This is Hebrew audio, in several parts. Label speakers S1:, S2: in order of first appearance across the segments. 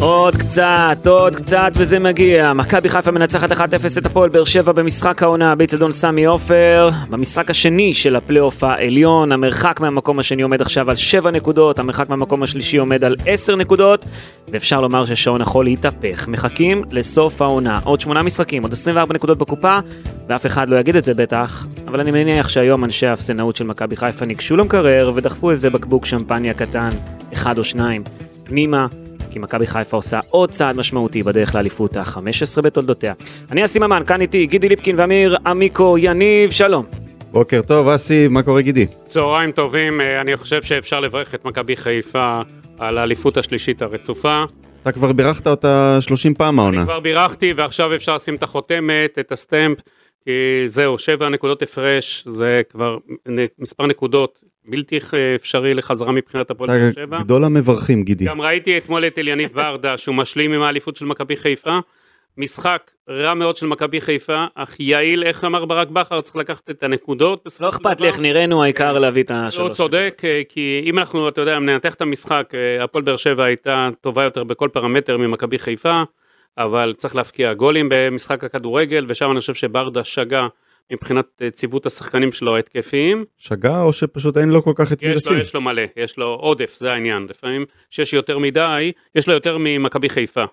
S1: עוד קצת, עוד קצת, וזה מגיע. מכבי חיפה מנצחת 1-0 את הפועל באר שבע במשחק העונה באיצטדיון סמי עופר. במשחק השני של הפלייאוף העליון, המרחק מהמקום השני עומד עכשיו על 7 נקודות, המרחק מהמקום השלישי עומד על 10 נקודות, ואפשר לומר ששעון החול התהפך. מחכים לסוף העונה. עוד 8 משחקים, עוד 24 נקודות בקופה, ואף אחד לא יגיד את זה בטח, אבל אני מניח שהיום אנשי האפסנאות של מכבי חיפה ניגשו למקרר ודחפו איזה בקבוק שמפניה קטן, אחד או שניים, פנימה. כי מכבי חיפה עושה עוד צעד משמעותי בדרך לאליפות ה-15 בתולדותיה. אני אסי ממן, כאן איתי גידי ליפקין ואמיר עמיקו יניב, שלום.
S2: בוקר טוב, אסי, מה קורה גידי?
S3: צהריים טובים, אה, אני חושב שאפשר לברך את מכבי חיפה על האליפות השלישית הרצופה.
S2: אתה כבר בירכת אותה 30 פעם
S3: אני
S2: העונה.
S3: כבר בירכתי ועכשיו אפשר לשים את החותמת, את הסטמפ, כי זהו, שבע נקודות הפרש, זה כבר נ- מספר נקודות בלתי ח- אפשרי לחזרה מבחינת הפועל באר
S2: אתה
S3: שבע.
S2: אה, גדול המברכים גידי.
S3: גם ראיתי אתמול את אליניב ברדה שהוא משלים עם האליפות של מכבי חיפה. משחק רע מאוד של מכבי חיפה, אך יעיל, איך אמר ברק בכר, צריך לקחת את הנקודות. בסופו
S1: לא
S3: של
S1: אכפת לי
S3: דבר.
S1: איך נראינו, העיקר להביא את השלוש.
S3: הוא צודק, אה, כי אם אנחנו, אתה יודע, ננתח את המשחק, אה, הפועל באר שבע הייתה טובה יותר בכל פרמטר ממכבי חיפה, אבל צריך להפקיע גולים במשחק הכדורגל, ושם אני חושב שברדה שגה מבחינת אה, ציוות השחקנים שלו ההתקפיים.
S2: שגה או שפשוט אין לו כל כך את מי
S3: יש לו,
S2: לשים?
S3: יש לו מלא, יש לו עודף, זה העניין. לפעמים שיש יותר מדי, יש לו יותר ממכבי חיפה.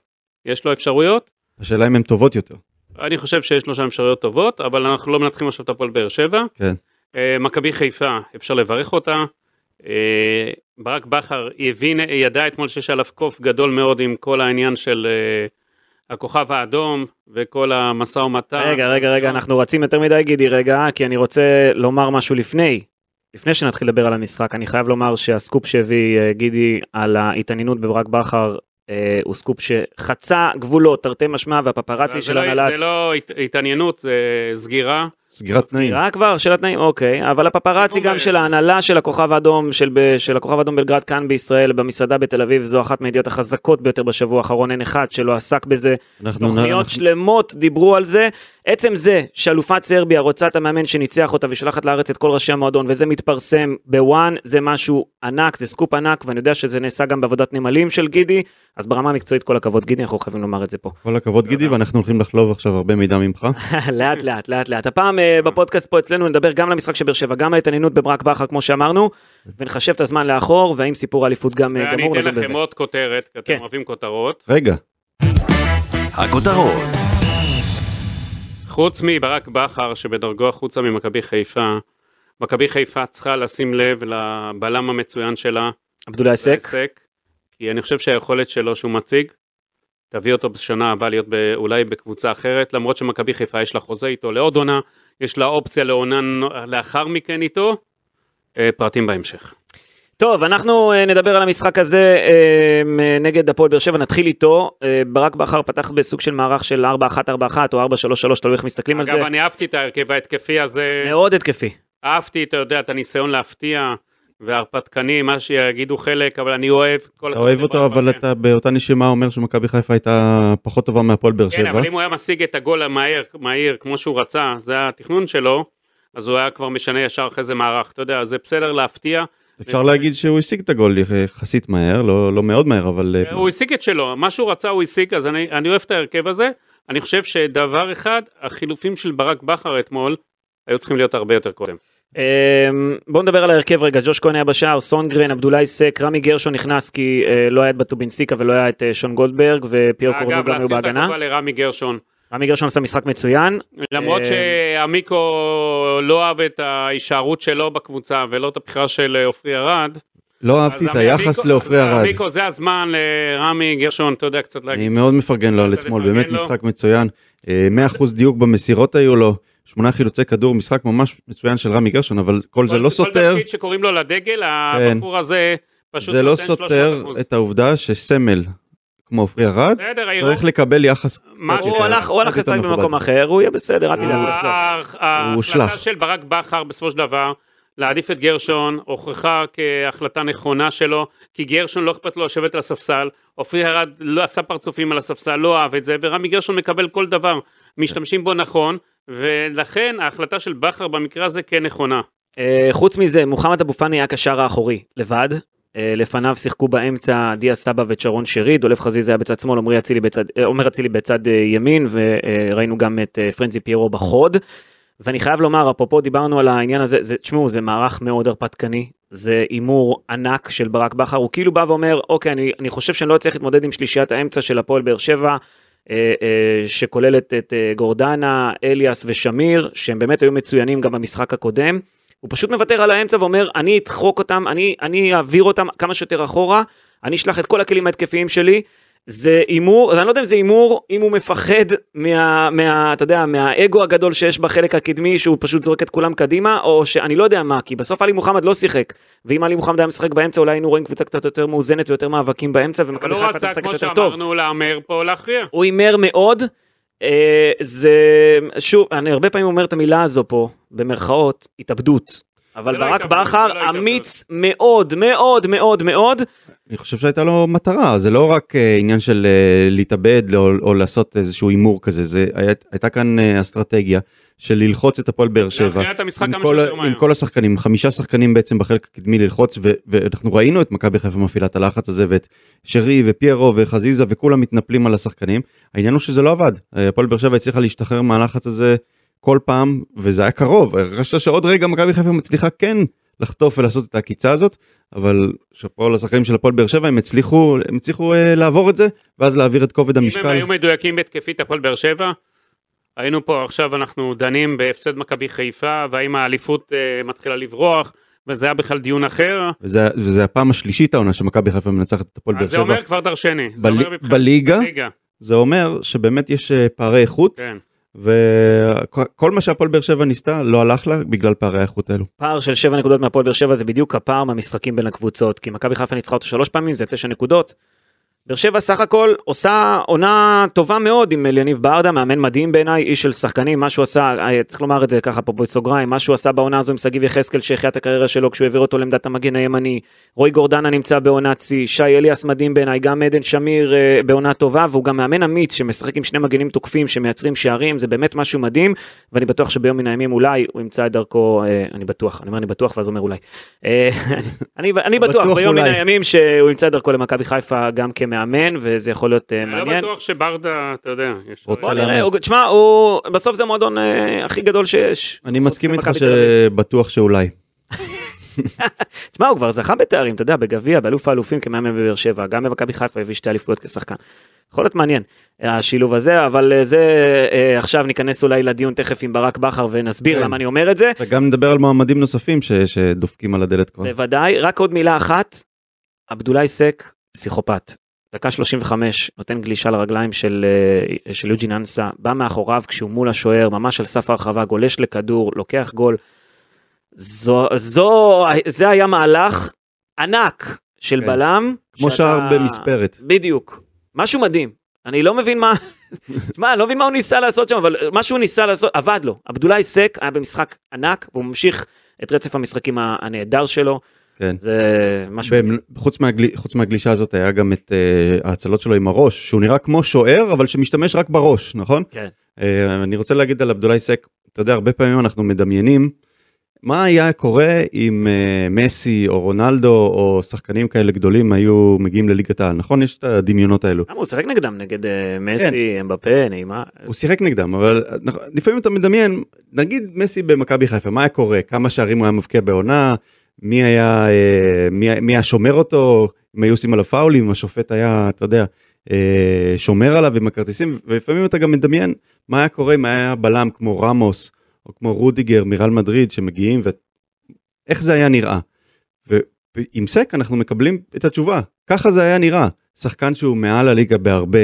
S3: יש לו אפשרויות,
S2: השאלה אם הן טובות יותר.
S3: אני חושב שיש לו שם אפשרויות טובות, אבל אנחנו לא מנתחים עכשיו את הפועל באר שבע.
S2: כן.
S3: אה, מכבי חיפה, אפשר לברך אותה. אה, ברק בכר הבין, ידע אתמול שיש עליו קוף גדול מאוד עם כל העניין של אה, הכוכב האדום וכל המשא ומתן.
S1: רגע, רגע, רגע, אנחנו רצים יותר מדי, גידי, רגע, כי אני רוצה לומר משהו לפני. לפני שנתחיל לדבר על המשחק, אני חייב לומר שהסקופ שהביא אה, גידי על ההתעניינות בברק בכר אה, הוא סקופ שחצה גבולות, תרתי משמע, והפפרצי
S3: זה
S1: של
S3: לא-
S1: הנהלת...
S3: זה לא הת- התעניינות, זה סגירה.
S2: סגירת תנאים.
S1: נראה אה, כבר של התנאים, אוקיי, אבל הפפרצי
S3: סיבוב
S1: גם
S3: ב-
S1: של ההנהלה של הכוכב האדום, של, ב- של הכוכב האדום בלגרד כאן בישראל, במסעדה בתל אביב, זו אחת מהידיעות החזקות ביותר בשבוע האחרון, אין אחד שלא עסק בזה,
S2: אנחנו-
S1: תוכניות
S2: אנחנו-
S1: שלמות דיברו על זה. עצם זה שאלופת סרביה רוצה את המאמן שניצח אותה ושולחת לארץ את כל ראשי המועדון, וזה מתפרסם בוואן, זה משהו ענק, זה סקופ ענק, ואני יודע שזה נעשה גם בעבודת נמלים של גידי, אז ברמה המקצועית כל הכבוד, גידי, אנחנו חייבים לומר את זה פה.
S2: כל הכבוד
S3: לא,
S2: גידי ואנחנו הולכים לחלוב עכשיו הרבה מידע ממך.
S1: לאט לאט לאט לאט הפעם אה,
S3: כן.
S1: בפודקאסט פה אצלנו נדבר גם על המשחק של באר שבע גם על התעניינות בברק בכר כמו שאמרנו ונחשב את הזמן לאחור והאם סיפור האליפות גם אה,
S3: Mm-hmm. ואני
S1: גמור
S3: אתן
S1: נדון בזה.
S3: לכם עוד כותרת, כי
S1: כן.
S3: אתם אוהבים כותרות.
S2: רגע,
S4: הכותרות
S3: חוץ מברק בכר שבדרגו החוצה ממכבי חיפה, מכבי חיפה צריכה לשים לב לבלם המצוין שלה,
S1: עבדולאי עסק
S3: עסק, כי אני חושב שהיכולת שלו שהוא מציג, תביא אותו בשנה הבאה להיות ב, אולי בקבוצה אחרת, למרות שמכבי חיפה יש לה חוזה איתו לעוד עונה, יש לה אופציה לעונה נ- לאחר מכן איתו, אה, פרטים בהמשך.
S1: טוב אנחנו אה, נדבר על המשחק הזה אה, אה, נגד הפועל באר שבע נתחיל איתו אה, ברק בכר פתח בסוג של מערך של 4-1-4-1 או 4-3-3 תלוי איך מסתכלים על זה
S3: אגב, אני אהבתי את ההרכב ההתקפי הזה,
S1: מאוד התקפי
S3: אהבתי, אתה יודע, את הניסיון להפתיע, וההרפתקני, מה שיגידו חלק, אבל אני אוהב כל
S2: אתה אוהב אותו אבל
S3: כן.
S2: אתה באותה נשימה אומר שמכבי חיפה הייתה פחות טובה מהפועל באר
S3: כן,
S2: שבע.
S3: אבל אם הוא היה משיג את הגול המהיר, מהיר כמו שהוא רצה, זה היה התכנון שלו, אז הוא היה כבר משנה ישר אחרי זה מערך. אתה יודע, זה בסדר להפתיע.
S2: אפשר להגיד שהוא השיג את הגול יחסית מהר, לא לא מאוד מהר אבל אה,
S3: הוא השיג את שלו, מה שהוא רצה הוא השיג, אז אני, אני אוהב את ההרכב הזה. אני חושב שדבר אחד, החילופים של ברק בכר אתמול, היו צריכים להיות הרבה יותר קודם.
S1: אמ, בואו נדבר על ההרכב רגע, ג'וש כהן היה בשער, סונגרן, עבדולאי סק, רמי גרשון נכנס כי אה, לא היה את בטובינסיקה ולא היה את אה, שון גולדברג ופיור
S3: אגב,
S1: קורדוגן היו
S3: להסיר את
S1: בהגנה.
S3: הכובע לרמי גרשון.
S1: רמי גרשון עשה משחק מצוין,
S3: למרות
S1: אה,
S3: שעמיקו לא אהב את ההישארות שלו בקבוצה ולא את הבחירה של אה, עופרי ארד.
S2: לא אהבתי את
S3: אז עמיקו-
S2: היחס
S3: אז
S2: לעופרי ארד.
S3: עמיקו זה הזמן לרמי גרשון, אתה יודע קצת להגיד.
S2: אני מאוד מפרגן לו על
S3: אתה
S2: אתמול,
S3: מפרגן
S2: באמת
S3: לו?
S2: משחק מצוין. אה, 100% דיוק במסירות היו לו, שמונה חילוצי כדור, משחק ממש מצוין של רמי גרשון, אבל כל זה
S3: כל-
S2: לא
S3: כל
S2: סותר, כן.
S3: תפקיד שקוראים לו לדגל, הבחור הזה פשוט
S2: זה לא
S3: נותן 300%.
S2: סותר את העובדה שסמל כמו עופרי ארד
S3: בסדר,
S2: צריך
S3: העירוב-
S2: לקבל יחס קצת
S3: מה
S2: יותר-
S1: הוא הלך- הוא הלך
S2: קצת יותר
S1: לשחק
S2: מכובד.
S1: לא,
S3: אה.
S1: במקום אחר, הוא יהיה בסדר, אל תדאג, הוא יחזור.
S3: ה-
S2: הוא
S3: ההחלטה
S2: הושלך.
S3: של ברק בכר בסופו של דבר, להעדיף את גרשון, הוכחה כהחלטה נכונה שלו, כי גרשון לא אכפת לו לשבת על הספסל, עופרי ארד לא עשה פרצופים על הספסל, לא אהב את זה, ורמי גרשון מקבל כל דבר, משתמשים בו נכון, ולכן ההחלטה של בכר במקרה הזה כן נכונה.
S1: אה, חוץ מזה, מוחמד אבו פאני היה קשר האחורי, לבד. אה, לפניו שיחקו באמצע דיה סבא וצ'רון שרי, דולף חזיזה היה בצד שמאל, עומרי אצילי בצד- אה, עומר אצילי בצד אה, ימין, וראינו גם את אה, פרנזי פיירו בחוד. ואני חייב לומר, אפרופו דיברנו על העניין הזה, זה, תשמעו, זה מערך מאוד הרפתקני, זה הימור ענק של ברק בכר, הוא כאילו בא ואומר, אוקיי, אני, אני חושב שאני לא אצליח להתמודד עם שלישיית האמצע של הפועל באר שבע, אה, אה, שכוללת את אה, גורדנה, אליאס ושמיר, שהם באמת היו מצוינים גם במשחק הקודם. הוא פשוט מוותר על האמצע ואומר, אני אדחוק אותם, אני, אני אעביר אותם כמה שיותר אחורה, אני אשלח את כל הכלים ההתקפיים שלי. זה הימור, אז אני לא יודע אם זה הימור, אם הוא מפחד מה, מה, אתה יודע, מהאגו הגדול שיש בחלק הקדמי, שהוא פשוט זורק את כולם קדימה, או שאני לא יודע מה, כי בסוף עלי מוחמד לא שיחק, ואם עלי מוחמד היה משחק באמצע, אולי היינו רואים קבוצה קצת יותר מאוזנת ויותר מאבקים באמצע,
S3: אבל
S1: ומכבי
S3: הוא
S1: חיפה הייתה
S3: רצה,
S1: משחקת
S3: כמו
S1: יותר טוב.
S3: שאמרנו, להמר פה להכריע.
S1: הוא הימר מאוד. אה, זה, שוב, אני הרבה פעמים אומר את המילה הזו פה, במרכאות, התאבדות. אבל
S3: זה לא
S1: ברק
S3: התאבדות,
S1: בכר
S3: זה לא התאבדות.
S1: אמיץ מאוד מאוד מאוד מאוד.
S2: אני חושב שהייתה לו מטרה, זה לא רק אה, עניין של אה, להתאבד או, או לעשות איזשהו הימור כזה, זה היה, הייתה כאן אה, אסטרטגיה של ללחוץ את הפועל באר שבע.
S3: להכריע את המשחק
S2: עם
S3: כמה
S2: כל, ה-
S3: שיותר מהר.
S2: עם כל השחקנים, חמישה שחקנים בעצם בחלק הקדמי ללחוץ, ו- ואנחנו ראינו את מכבי חיפה מפעילה את הלחץ הזה, ואת שרי ופיירו וחזיזה וכולם מתנפלים על השחקנים. העניין הוא שזה לא עבד, אה, הפועל באר שבע הצליחה להשתחרר מהלחץ הזה כל פעם, וזה היה קרוב, הרגשת שעוד רגע מכבי חיפה מצליחה כן לחטוף ולעשות את העקיצה הזאת, אבל שאפו לשחקנים של הפועל באר שבע, הם הצליחו, הם הצליחו אה, לעבור את זה, ואז להעביר את כובד
S3: אם הם
S2: המשקל.
S3: היו מדויקים בהתקפית הפועל באר שבע, היינו פה עכשיו אנחנו דנים בהפסד מכבי חיפה, והאם האליפות אה, מתחילה לברוח, וזה היה בכלל דיון אחר,
S2: וזה, וזה הפעם השלישית העונה שמכבי חיפה מנצחת את הפועל באר
S3: אז זה
S2: שבע
S3: אומר כבר דרשני. זה
S2: בלי-
S3: אומר מבחינת
S2: בליגה.
S3: ליגה,
S2: זה אומר שבאמת יש אה, פערי איכות
S3: כן.
S2: וכל מה שהפועל באר שבע ניסתה לא הלך לה בגלל פערי האיכות האלו.
S1: פער של 7 נקודות מהפועל באר שבע זה בדיוק הפער מהמשחקים בין הקבוצות, כי מכבי חיפה ניצחה אותו שלוש פעמים, זה 9 נקודות. באר שבע סך הכל עושה עונה טובה מאוד עם אליניב ברדה, מאמן מדהים בעיניי, איש של שחקנים, מה שהוא עשה, אה, צריך לומר את זה ככה פה בסוגריים, מה שהוא עשה בעונה הזו עם שגיב יחזקאל שהחיה את הקריירה שלו כשהוא העביר אותו לעמדת המגן הימני, רועי גורדנה נמצא בעונת שיא, שי אליאס מדהים בעיניי, גם עדן שמיר אה, בעונה טובה, והוא גם מאמן אמיץ שמשחק עם שני מגנים תוקפים שמייצרים שערים, זה באמת משהו מדהים, ואני בטוח שביום מן הימים אולי הוא ימצא את דרכו, אה, אני בטוח, אני אומר אני בטוח ואז אומר אולי. אה, אני, אני בטוח
S2: בטוח
S1: ביום מן
S2: אולי.
S1: הימים שהוא ימצא את דרכו למכבי חיפה גם כמאמן, וזה יכול להיות אה,
S3: אני לא
S1: מעניין.
S3: בטוח שברדה, אתה יודע, יש...
S2: רוצה
S1: בוא
S2: להאמין.
S1: נראה, הוא- תשמע, הוא- בסוף זה המועדון אה, הכי גדול שיש.
S2: אני מסכים איתך
S1: ממכבי תל אביב.
S2: שבטוח שאולי.
S1: תשמע, הוא כבר זכה בתארים, אתה יודע, בגביע, באלוף האלופים כמאמן בבאר שבע, גם במכבי חיפה הביא שתי אליפויות כשחקן. יכול להיות מעניין, השילוב הזה, אבל אה, זה, אה, עכשיו ניכנס אולי לדיון תכף עם ברק בכר ונסביר
S2: כן.
S1: למה אני אומר את זה.
S2: וגם נדבר על מועמדים נוספים ש- שדופקים על הדלת כבר.
S1: בוודאי, רק עוד מילה אחת, עבדולאי סק, פסיכופת. דקה 35, נותן גלישה לרגליים של, אה, של יוג'ין אנסה, בא מאחוריו כשהוא מול השוער, ממש על סף הרחבה, גולש לכדור, לוקח גול. זו, זו, זה היה מהלך ענק של
S2: כן.
S1: בלם.
S2: כמו
S1: שאתה-
S2: שער במספרת.
S1: בדיוק. משהו מדהים. אני לא מבין מה... תשמע, אני לא מבין מה הוא ניסה לעשות שם, אבל מה שהוא ניסה לעשות, עבד לו. עבדולאי סק היה במשחק ענק, והוא ממשיך את רצף המשחקים ה- הנהדר שלו.
S2: כן.
S1: זה משהו...
S2: בהם- חוץ מהגלי- חוץ מהגלישה הזאת היה גם את אה, ההצלות שלו עם הראש, שהוא נראה כמו שוער אבל שמשתמש רק בראש, נכון?
S1: כן.
S2: אה, אני רוצה להגיד על עבדולאי סק, אתה יודע, הרבה פעמים אנחנו מדמיינים מה היה קורה אם אה, מסי או רונלדו או שחקנים כאלה גדולים היו מגיעים לליגת העל, נכון? יש את הדמיונות האלו.
S1: למה הוא שיחק נגדם? נגד אה, מסי, אמבפה, נעימה?
S2: הוא שיחק נגדם אבל נכ- לפעמים אתה מדמיין נגיד מסי במכבי חיפה מה היה קורה כמה שערים הוא היה מבקיע בעונה מי היה אה, מי, מי היה שומר אותו אם היו עושים עליו פאולים השופט היה אתה יודע אה, שומר עליו עם הכרטיסים ולפעמים אתה גם מדמיין מה היה קורה אם היה בלם כמו רמוס או כמו רודיגר מרל מדריד שמגיעים ואיך זה היה נראה. ועם סק אנחנו מקבלים את התשובה ככה זה היה נראה שחקן שהוא מעל הליגה בהרבה.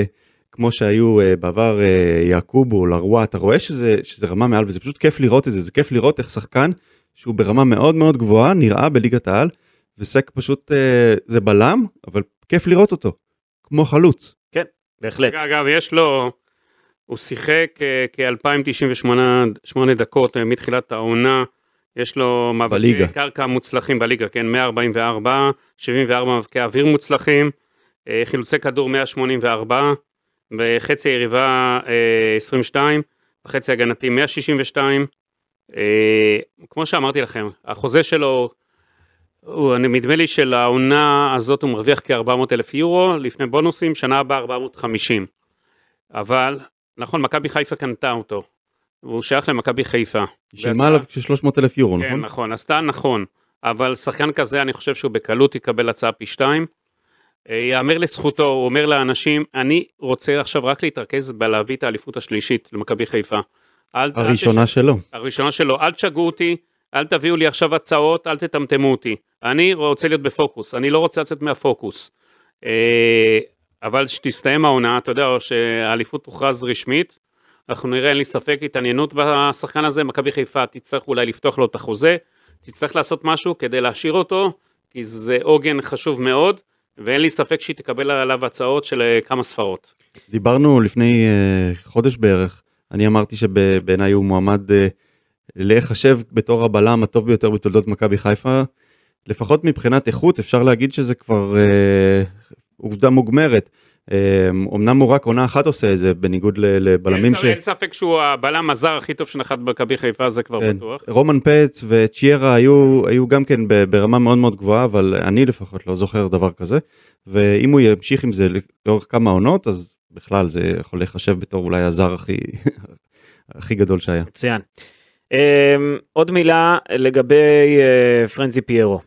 S2: כמו שהיו אה, בעבר אה, יעקובו, לרואה, אתה רואה שזה, שזה רמה מעל וזה פשוט כיף לראות את זה, זה כיף לראות איך שחקן שהוא ברמה מאוד מאוד גבוהה נראה בליגת העל, וסק פשוט אה, זה בלם, אבל כיף לראות אותו, כמו חלוץ.
S1: בהחלט.
S3: אגב, יש לו... הוא שיחק כ-2,098 דקות אה, מתחילת העונה, יש לו מאבקי
S2: בליגה.
S3: קרקע מוצלחים בליגה, כן, 144, 74 מאבקי אוויר מוצלחים, אה, חילוצי כדור 184, בחצי יריבה אה, 22, בחצי הגנתי 162. אה, כמו שאמרתי לכם, החוזה שלו, הוא, אני- נדמה לי שלעונה הזאת הוא מרוויח כ-400 אלף יורו, לפני בונוסים, שנה הבאה 450. אבל, נכון, מכבי חיפה קנתה אותו, והוא שייך למכבי חיפה.
S2: שילמה
S3: ועשתה-
S2: עליו כ-300 אלף יורו,
S3: כן,
S2: נכון?
S3: נכון, עשתה נכון, אבל שחקן כזה, אני חושב שהוא בקלות יקבל הצעה פי שתיים. אה, יאמר לזכותו, הוא אומר לאנשים, אני רוצה עכשיו רק להתרכז בלהביא את האליפות השלישית למכבי חיפה. אל, נכון. אל
S2: הראשונה שלו.
S3: הראשונה שלו, אל תשגעו אותי, אל תביאו לי עכשיו הצעות, אל תטמטמו אותי. אני רוצה להיות בפוקוס, אני לא רוצה לצאת מהפוקוס. אה, אבל כשתסתיים העונה, אתה יודע, או שהאליפות תוכרז רשמית, אנחנו נראה, אין לי ספק, התעניינות בשחקן הזה, מכבי חיפה תצטרך אולי לפתוח לו את החוזה, תצטרך לעשות משהו כדי להשאיר אותו, כי זה עוגן חשוב מאוד, ואין לי ספק שהיא תקבל עליו הצעות של אה, כמה ספרות.
S2: דיברנו לפני אה, חודש בערך, אני אמרתי שבעיניי הוא מועמד אה, להיחשב בתור הבלם הטוב ביותר בתולדות מכבי חיפה. לפחות מבחינת איכות אפשר להגיד שזה כבר אה, עובדה מוגמרת. אה, אמנם הוא רק עונה אחת עושה את זה, בניגוד ל- לבלמים
S3: אין,
S2: ש...
S3: ס- אין ספק שהוא הבלם הזר הכי טוב שנחת במכבי חיפה, זה כבר
S2: כן.
S3: בטוח.
S2: רומן פץ וצ'יירה היו, היו גם כן ב- ברמה מאוד מאוד גבוהה, אבל אני לפחות לא זוכר דבר כזה. ואם הוא ימשיך עם זה לאורך כמה עונות, אז בכלל זה יכול להיחשב בתור אולי הזר הכי, הכי גדול שהיה.
S1: מצוין. Um, עוד מילה לגבי uh, פרנזי פיירו.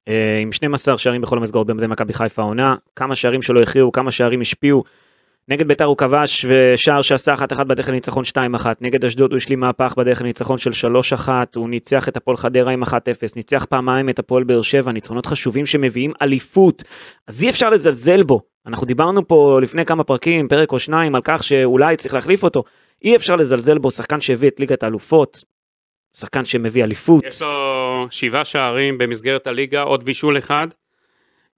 S1: Uh, עם 12 שערים בכל המסגרות במדי מכבי חיפה העונה, כמה שערים שלא הכריעו, כמה שערים השפיעו. נגד ביתר הוא כבש ושער שעשה 1-1 בדרך לניצחון 2-1, נגד אשדוד הוא השלים מהפך בדרך לניצחון של 3-1, הוא ניצח את הפועל חדרה עם 1-0, ניצח פעמיים את הפועל באר שבע, ניצחונות חשובים שמביאים אליפות, אז אי אפשר לזלזל בו. אנחנו דיברנו פה לפני כמה פרקים, פרק או שניים, על כך שאולי צריך להחליף אותו, אי אפשר לזלזל בו, שחקן שהביא את ליגת האלופות, שחקן שמביא אליפות.
S3: יש לו שבעה שערים במסגרת הליגה, עוד בישול אחד.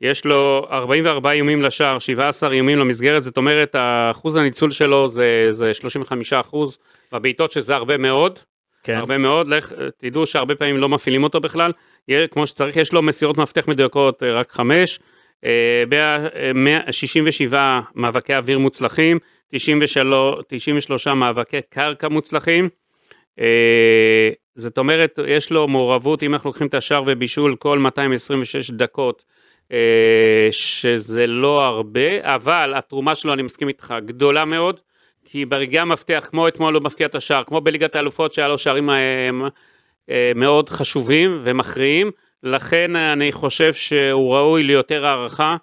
S3: יש לו 44 איומים לשער, 17 איומים למסגרת, זאת אומרת, האחוז הניצול שלו זה, זה 35 אחוז, בבעיטות שזה הרבה מאוד,
S1: כן.
S3: הרבה מאוד, לך, תדעו שהרבה פעמים לא מפעילים אותו בכלל, יהיה, כמו שצריך, יש לו מסירות מפתח מדויקות, אה, רק חמש, אה, מאה- אה, מאה- 67 מאבקי אוויר מוצלחים, 93, 93 מאבקי קרקע מוצלחים. אה, זאת אומרת, יש לו מעורבות, אם אנחנו לוקחים את השער ובישול כל 226 דקות, אה, שזה לא הרבה, אבל התרומה שלו, אני מסכים איתך, גדולה מאוד, כי ברגעי המפתח, כמו אתמול הוא מבקיע את השער, כמו בליגת האלופות שהיה לו שערים אה, אה, מאוד חשובים ומכריעים, לכן אני חושב שהוא ראוי ליותר הערכה,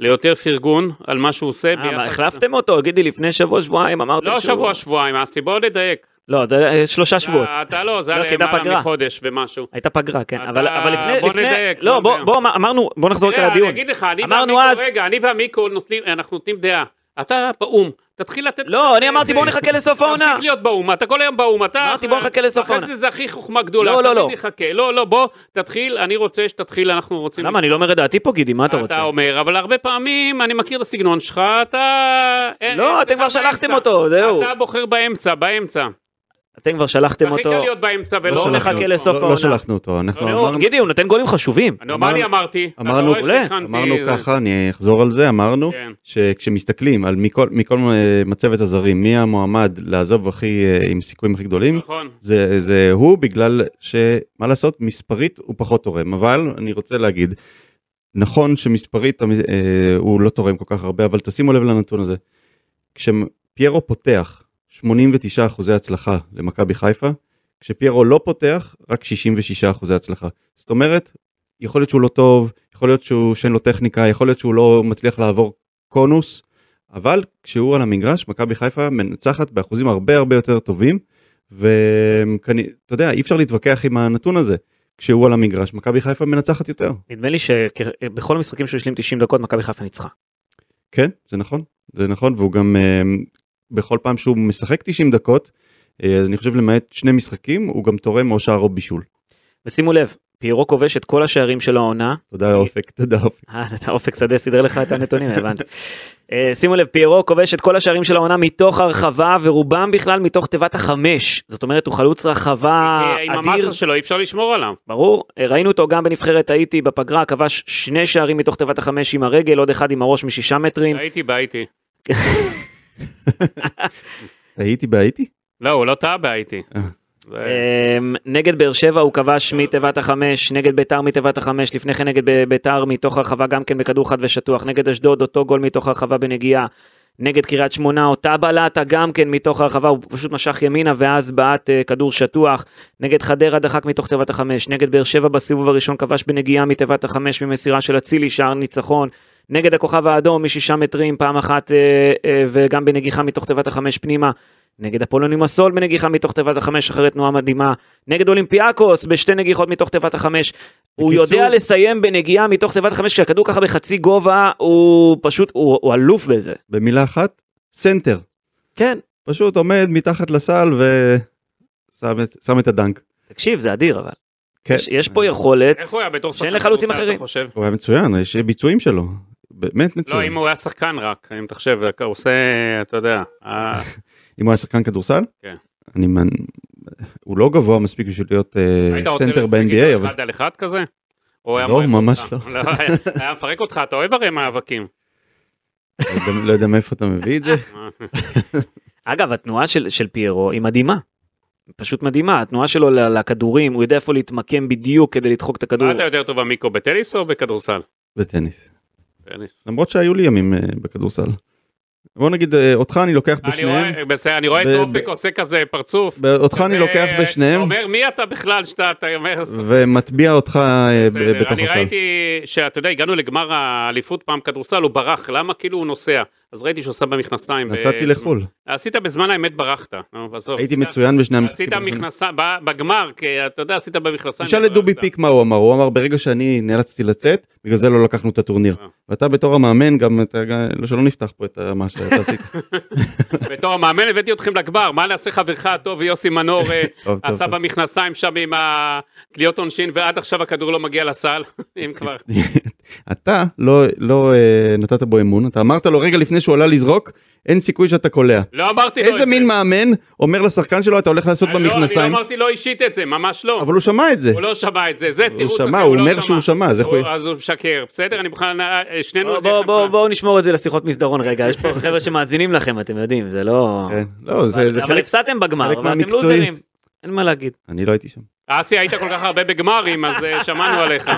S3: ליותר פרגון על מה שהוא עושה.
S1: אה, מה,
S3: ביחס-
S1: החלפתם אותו? תגידי, לפני שבוע, שבועיים אמרת
S3: לא שבוע, שבועיים, אסי, בוא נדייק.
S1: לא, זה היה שלושה שבועות.
S3: אתה- אתה לא, זה
S1: לא,
S3: היה
S1: כי דף
S3: למעלה
S1: הגר"א.
S3: מחודש ומשהו.
S1: הייתה פגרה, כן.
S3: אתה-
S1: אבל אבל לפני...
S3: בוא
S1: לפני-
S3: נדייק,
S1: לא,
S3: בוא
S1: בוא,
S3: נדייק.
S1: בוא, אמר- אמרנו, בוא נחזור
S3: תראה,
S1: יותר לדיון.
S3: אני אגיד לך, אני
S1: אמרנו
S3: והמיקו,
S1: אז-
S3: רגע, אני והמיקו נותנים, אה, אנחנו נותנים דעה. אתה באו"ם, תתחיל לתת... אה,
S1: לא, אני אמרתי, בואו נחכה לסוף העונה.
S3: תפסיק להיות באו"ם, אתה כל היום באו"ם, אתה...
S1: אמרתי, בוא נחכה לסוף העונה.
S3: אחרי זה זה הכי חוכמה גדולה.
S1: לא,
S3: אתה
S1: לא, לא.
S3: תמיד נחכה. לא, לא, בוא, תתחיל, אני רוצה שתתחיל, אנחנו רוצים...
S1: למה, אני לא אומר את דעתי פה, גידי, מה אתה רוצה?
S3: אתה אומר, אבל הרבה פעמים אני מכיר את הסגנון שלך, אתה... אין-
S1: לא,
S3: אין-
S1: אתם כבר
S3: באמצע.
S1: שלחתם אותו, זהו.
S3: אתה בוחר באמצע, באמצע.
S1: אתם כבר שלחתם
S3: הכי
S1: אותו.
S3: קל להיות באמצע ולא...
S2: שלחנו
S1: נחכה
S2: אותו.
S1: לסוף
S2: לא,
S1: העונה.
S2: לא שלחנו אותו, אנחנו
S1: נו,
S2: אמרנו,
S1: גידי, הוא נותן גולים חשובים.
S3: אני- מה אני אמרתי? אתה
S2: אמרנו-
S3: רואה
S1: מעולה,
S3: שהכנתי-
S2: אמרנו
S3: זה-
S2: ככה, אני אחזור על זה, אמרנו
S3: כן.
S2: שכשמסתכלים על מכל, מכל אה, מצבת הזרים, מי המועמד לעזוב הכי, אה, עם סיכויים הכי גדולים,
S3: נכון.
S2: זה, זה הוא בגלל שמה לעשות מספרית הוא פחות תורם אבל אני רוצה להגיד נכון שמספרית המ- אה, הוא לא תורם כל כך הרבה אבל תשימו לב לנתון הזה. כשפיירו פותח 89 אחוזי הצלחה למכבי חיפה כשפיירו לא פותח רק 66 אחוזי הצלחה זאת אומרת יכול להיות שהוא לא טוב יכול להיות שהוא שאין לו טכניקה יכול להיות שהוא לא מצליח לעבור קונוס אבל כשהוא על המגרש מכבי חיפה מנצחת באחוזים הרבה הרבה יותר טובים ואתה יודע אי אפשר להתווכח עם הנתון הזה כשהוא על המגרש מכבי חיפה מנצחת יותר
S1: נדמה לי שבכל המשחקים שהוא השלים 90 דקות, מכבי חיפה ניצחה.
S2: כן זה נכון זה נכון והוא גם אה, בכל פעם שהוא משחק 90 דקות אה, אז אני חושב למעט שני משחקים הוא גם תורם או שער או בישול.
S1: ושימו לב, פיירו כובש את כל השערים של העונה.
S2: תודה אופק, תודה אופק.
S1: אה, אתה אופק שדה סידר לך את הנתונים, הבנתי. אה, שימו לב, פיירו כובש את כל השערים של העונה מתוך הרחבה, ורובם בכלל מתוך תיבת החמש. זאת אומרת, הוא חלוץ רחבה
S3: אה, עם
S1: אדיר.
S3: המאסה שלו אי אפשר לשמור עליו.
S1: ברור, אה, ראינו אותו גם בנבחרת האיטי בפגרה, כבש שני שערים מתוך תיבת החמש עם הרגל, עוד אחד עם הראש משישה מטרים.
S2: אה.
S3: הייתי בהייתי.
S2: הייתי בהייתי?
S3: לא, הוא לא טעה בהייתי.
S2: אה.
S3: זה-
S1: אמ, נגד באר שבע הוא כבש מתיבת החמש, נגד ביתר מתיבת החמש, לפני כן נגד ב- ביתר מתוך הרחבה גם כן בכדור חד ושטוח, נגד אשדוד אותו גול מתוך הרחבה בנגיעה, נגד קריית שמונה אותה בלטה גם כן מתוך הרחבה, הוא פשוט משך ימינה ואז בעט אה, כדור שטוח, נגד חדרה דחק מתוך תיבת החמש, נגד באר שבע בסיבוב הראשון כבש בנגיעה מתיבת החמש ממסירה של אצילי, שער ניצחון. נגד הכוכב האדום משישה מטרים פעם אחת אה, אה, וגם בנגיחה מתוך תיבת החמש פנימה. נגד אפולונים הסול בנגיחה מתוך תיבת החמש אחרי תנועה מדהימה, נגד אולימפיאקוס בשתי נגיחות מתוך תיבת החמש. הוא
S2: בקיצור-
S1: יודע לסיים בנגיעה מתוך תיבת החמש, כשהכדור ככה בחצי גובה, הוא פשוט, הוא הוא אלוף בזה.
S2: במילה אחת, סנטר.
S1: כן.
S2: פשוט עומד מתחת לסל ושם את- שם את הדנק.
S1: תקשיב, זה אדיר אבל.
S2: כן.
S1: יש- יש פה יכולת,
S3: איך הוא היה בתור שחקן?
S1: שאין לחלוצים
S3: כדורסל,
S1: אחרים.
S3: אתה חושב?
S2: הוא היה מצוין, יש ביצועים שלו. באמת
S3: לא,
S2: מצוין.
S3: אם הוא היה שחקן רק, אם תחשב, הוא עושה, אתה יודע, אה,
S2: אם הוא היה שחקן כדורסל?
S3: כן.
S2: אני מאמין, הוא לא גבוה מספיק בשביל להיות אה,
S3: היית רוצה
S2: סנטר
S3: לשחק
S2: ב-NBA,
S3: איתו
S2: אבל...
S3: אחד על אחד כזה? או היה
S2: לא,
S3: מואב
S2: ממש
S3: אותך?
S2: לא.
S3: היה- היה מפרק אותך, אתה אוהב הרי מאבקים. אה,
S2: לא יודע- לא יודע מאיפה אתה מביא את זה.
S1: אגב, התנועה של, של פיירו היא מדהימה. פשוט מדהימה, התנועה שלו ל- לכדורים, הוא יודע איפה להתמקם בדיוק כדי לדחוק את הכדור.
S3: מה אתה יותר טוב במיקרו, בטניס או בכדורסל?
S2: בטניס.
S3: טניס.
S2: למרות שהיו לי ימים אה, בכדורסל. בוא נגיד, אה, אותך אני לוקח
S3: אני
S2: בשניהם.
S3: רואה- בסדר, אני רואה את
S2: ב-
S3: אופק
S2: ב-
S3: עושה כזה פרצוף.
S2: ב- אותך אני
S3: כזה,
S2: לוקח
S3: אה,
S2: בשניהם, אה,
S3: אומר, מי אתה בכלל שאתה אתה אומר...
S2: ומטביע אותך אה, ב-
S3: בסדר,
S2: בתוך
S3: אני
S2: הסל.
S3: ראיתי שאתה יודע, הגענו לגמר האליפות פעם כדורסל, הוא ברח, למה כאילו הוא נוסע? אז ראיתי שהוא שם במכנסיים. ב-
S2: נסעתי לחו"ל.
S3: עשית בזמן האמת ברחת. נו, עזוב,
S2: הייתי
S3: עשית-
S2: מצוין בשני המשחקים.
S3: עשית
S2: הראשונים.
S3: מכנסיים, לא ב- בגמר, כי אתה יודע, עשית במכנסיים.
S2: תשאל את
S3: וברחת.
S2: דובי פיק מה הוא אמר, הוא אמר ברגע שאני נאלצתי לצאת, בגלל זה לא לקחנו את הטורניר.
S3: אה.
S2: ואתה בתור המאמן גם, אתה- לא שלא נפתח פה את ה- מה שאתה עשית.
S3: בתור המאמן הבאתי אתכם לגמר, מה נעשה חברך הטוב יוסי מנור אה,
S2: טוב, טוב,
S3: עשה
S2: טוב.
S3: במכנסיים שם עם התליות עונשין, ועד עכשיו הכדור לא מגיע לסל, אם כבר.
S2: אתה לא, לא אה, נתת בו אמון, אתה אמרת לו רגע לפני שהוא עלה לזרוק, אין סיכוי שאתה קולע.
S3: לא אמרתי לו את זה.
S2: איזה מין מאמן אומר לשחקן שלו אתה הולך לעשות
S3: אני לא- אני
S2: במכנסיים,
S3: לא אמרתי לו אישית את זה, ממש לא.
S2: אבל הוא שמע את זה.
S3: הוא לא שמע את זה, זה
S2: הוא
S3: תירוץ אחר, לא
S2: שמע, הוא אומר שהוא שמע, זה
S3: הוא-
S2: חוי-
S3: אז הוא משקר, בסדר? אני בכלל, אה, שנינו...
S1: בואו
S3: יודעים
S1: בוא,
S3: לך
S1: בוא,
S3: כבר.
S1: בואו נשמור את זה לשיחות מסדרון רגע, יש פה חבר'ה שמאזינים לכם, אתם יודעים, זה לא...
S2: כן, לא, זה זה
S1: אבל
S2: חלק,
S1: הפסדתם בגמר,
S2: חלק
S1: אבל אתם
S2: מהמקצועית.
S1: לוזרים. אין מה להגיד.
S2: אני לא הייתי שם.
S3: אסי, היית כל כך הרבה בגמרים, אז אה, שמענו עליך.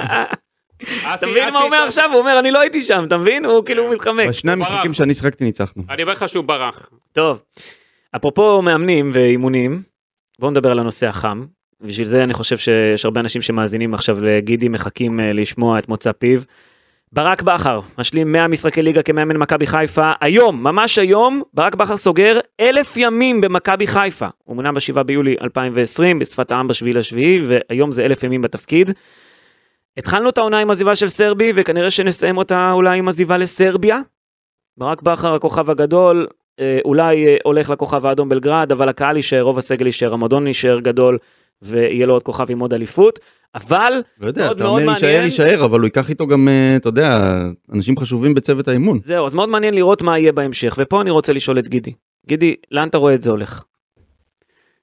S1: אתה מבין מה הוא אומר עכשיו? הוא אומר, אני לא הייתי שם, אתה מבין? הוא כאילו מתחמק.
S2: בשני
S3: הוא
S2: המשחקים
S3: ברח.
S2: שאני שיחקתי ניצחנו.
S3: אני אומר לך שהוא ברח.
S1: טוב, אפרופו מאמנים ואימונים, בואו נדבר על הנושא החם. בשביל זה אני חושב שיש הרבה אנשים שמאזינים עכשיו לגידי, מחכים אה, לשמוע את מוצא פיו. ברק בכר, משלים 100 משחקי ליגה כמאמן מכבי חיפה. היום, ממש היום, ברק בכר סוגר אלף ימים במכבי חיפה. הוא מונה ב-7 ביולי 2020, בשפת העם ב-7 לשביעי, והיום זה אלף ימים בתפקיד. התחלנו את העונה עם עזיבה של סרבי, וכנראה שנסיים אותה אולי עם עזיבה לסרביה. ברק בכר, הכוכב הגדול, אה, אולי אה, הולך לכוכב האדום בלגרד, אבל הקהל יישאר, רוב הסגל יישאר, המועדון יישאר גדול, ויהיה לו עוד כוכב עם עוד אליפות. אבל
S2: לא יודע,
S1: מאוד
S2: אתה
S1: מאוד
S2: אומר יישאר
S1: מעניין.
S2: יישאר, אבל הוא ייקח איתו גם, אה, אתה יודע, אנשים חשובים בצוות האימון.
S1: זהו, אז מאוד מעניין לראות מה יהיה בהמשך, ופה אני רוצה לשאול את גידי. גידי, לאן אתה רואה את זה הולך?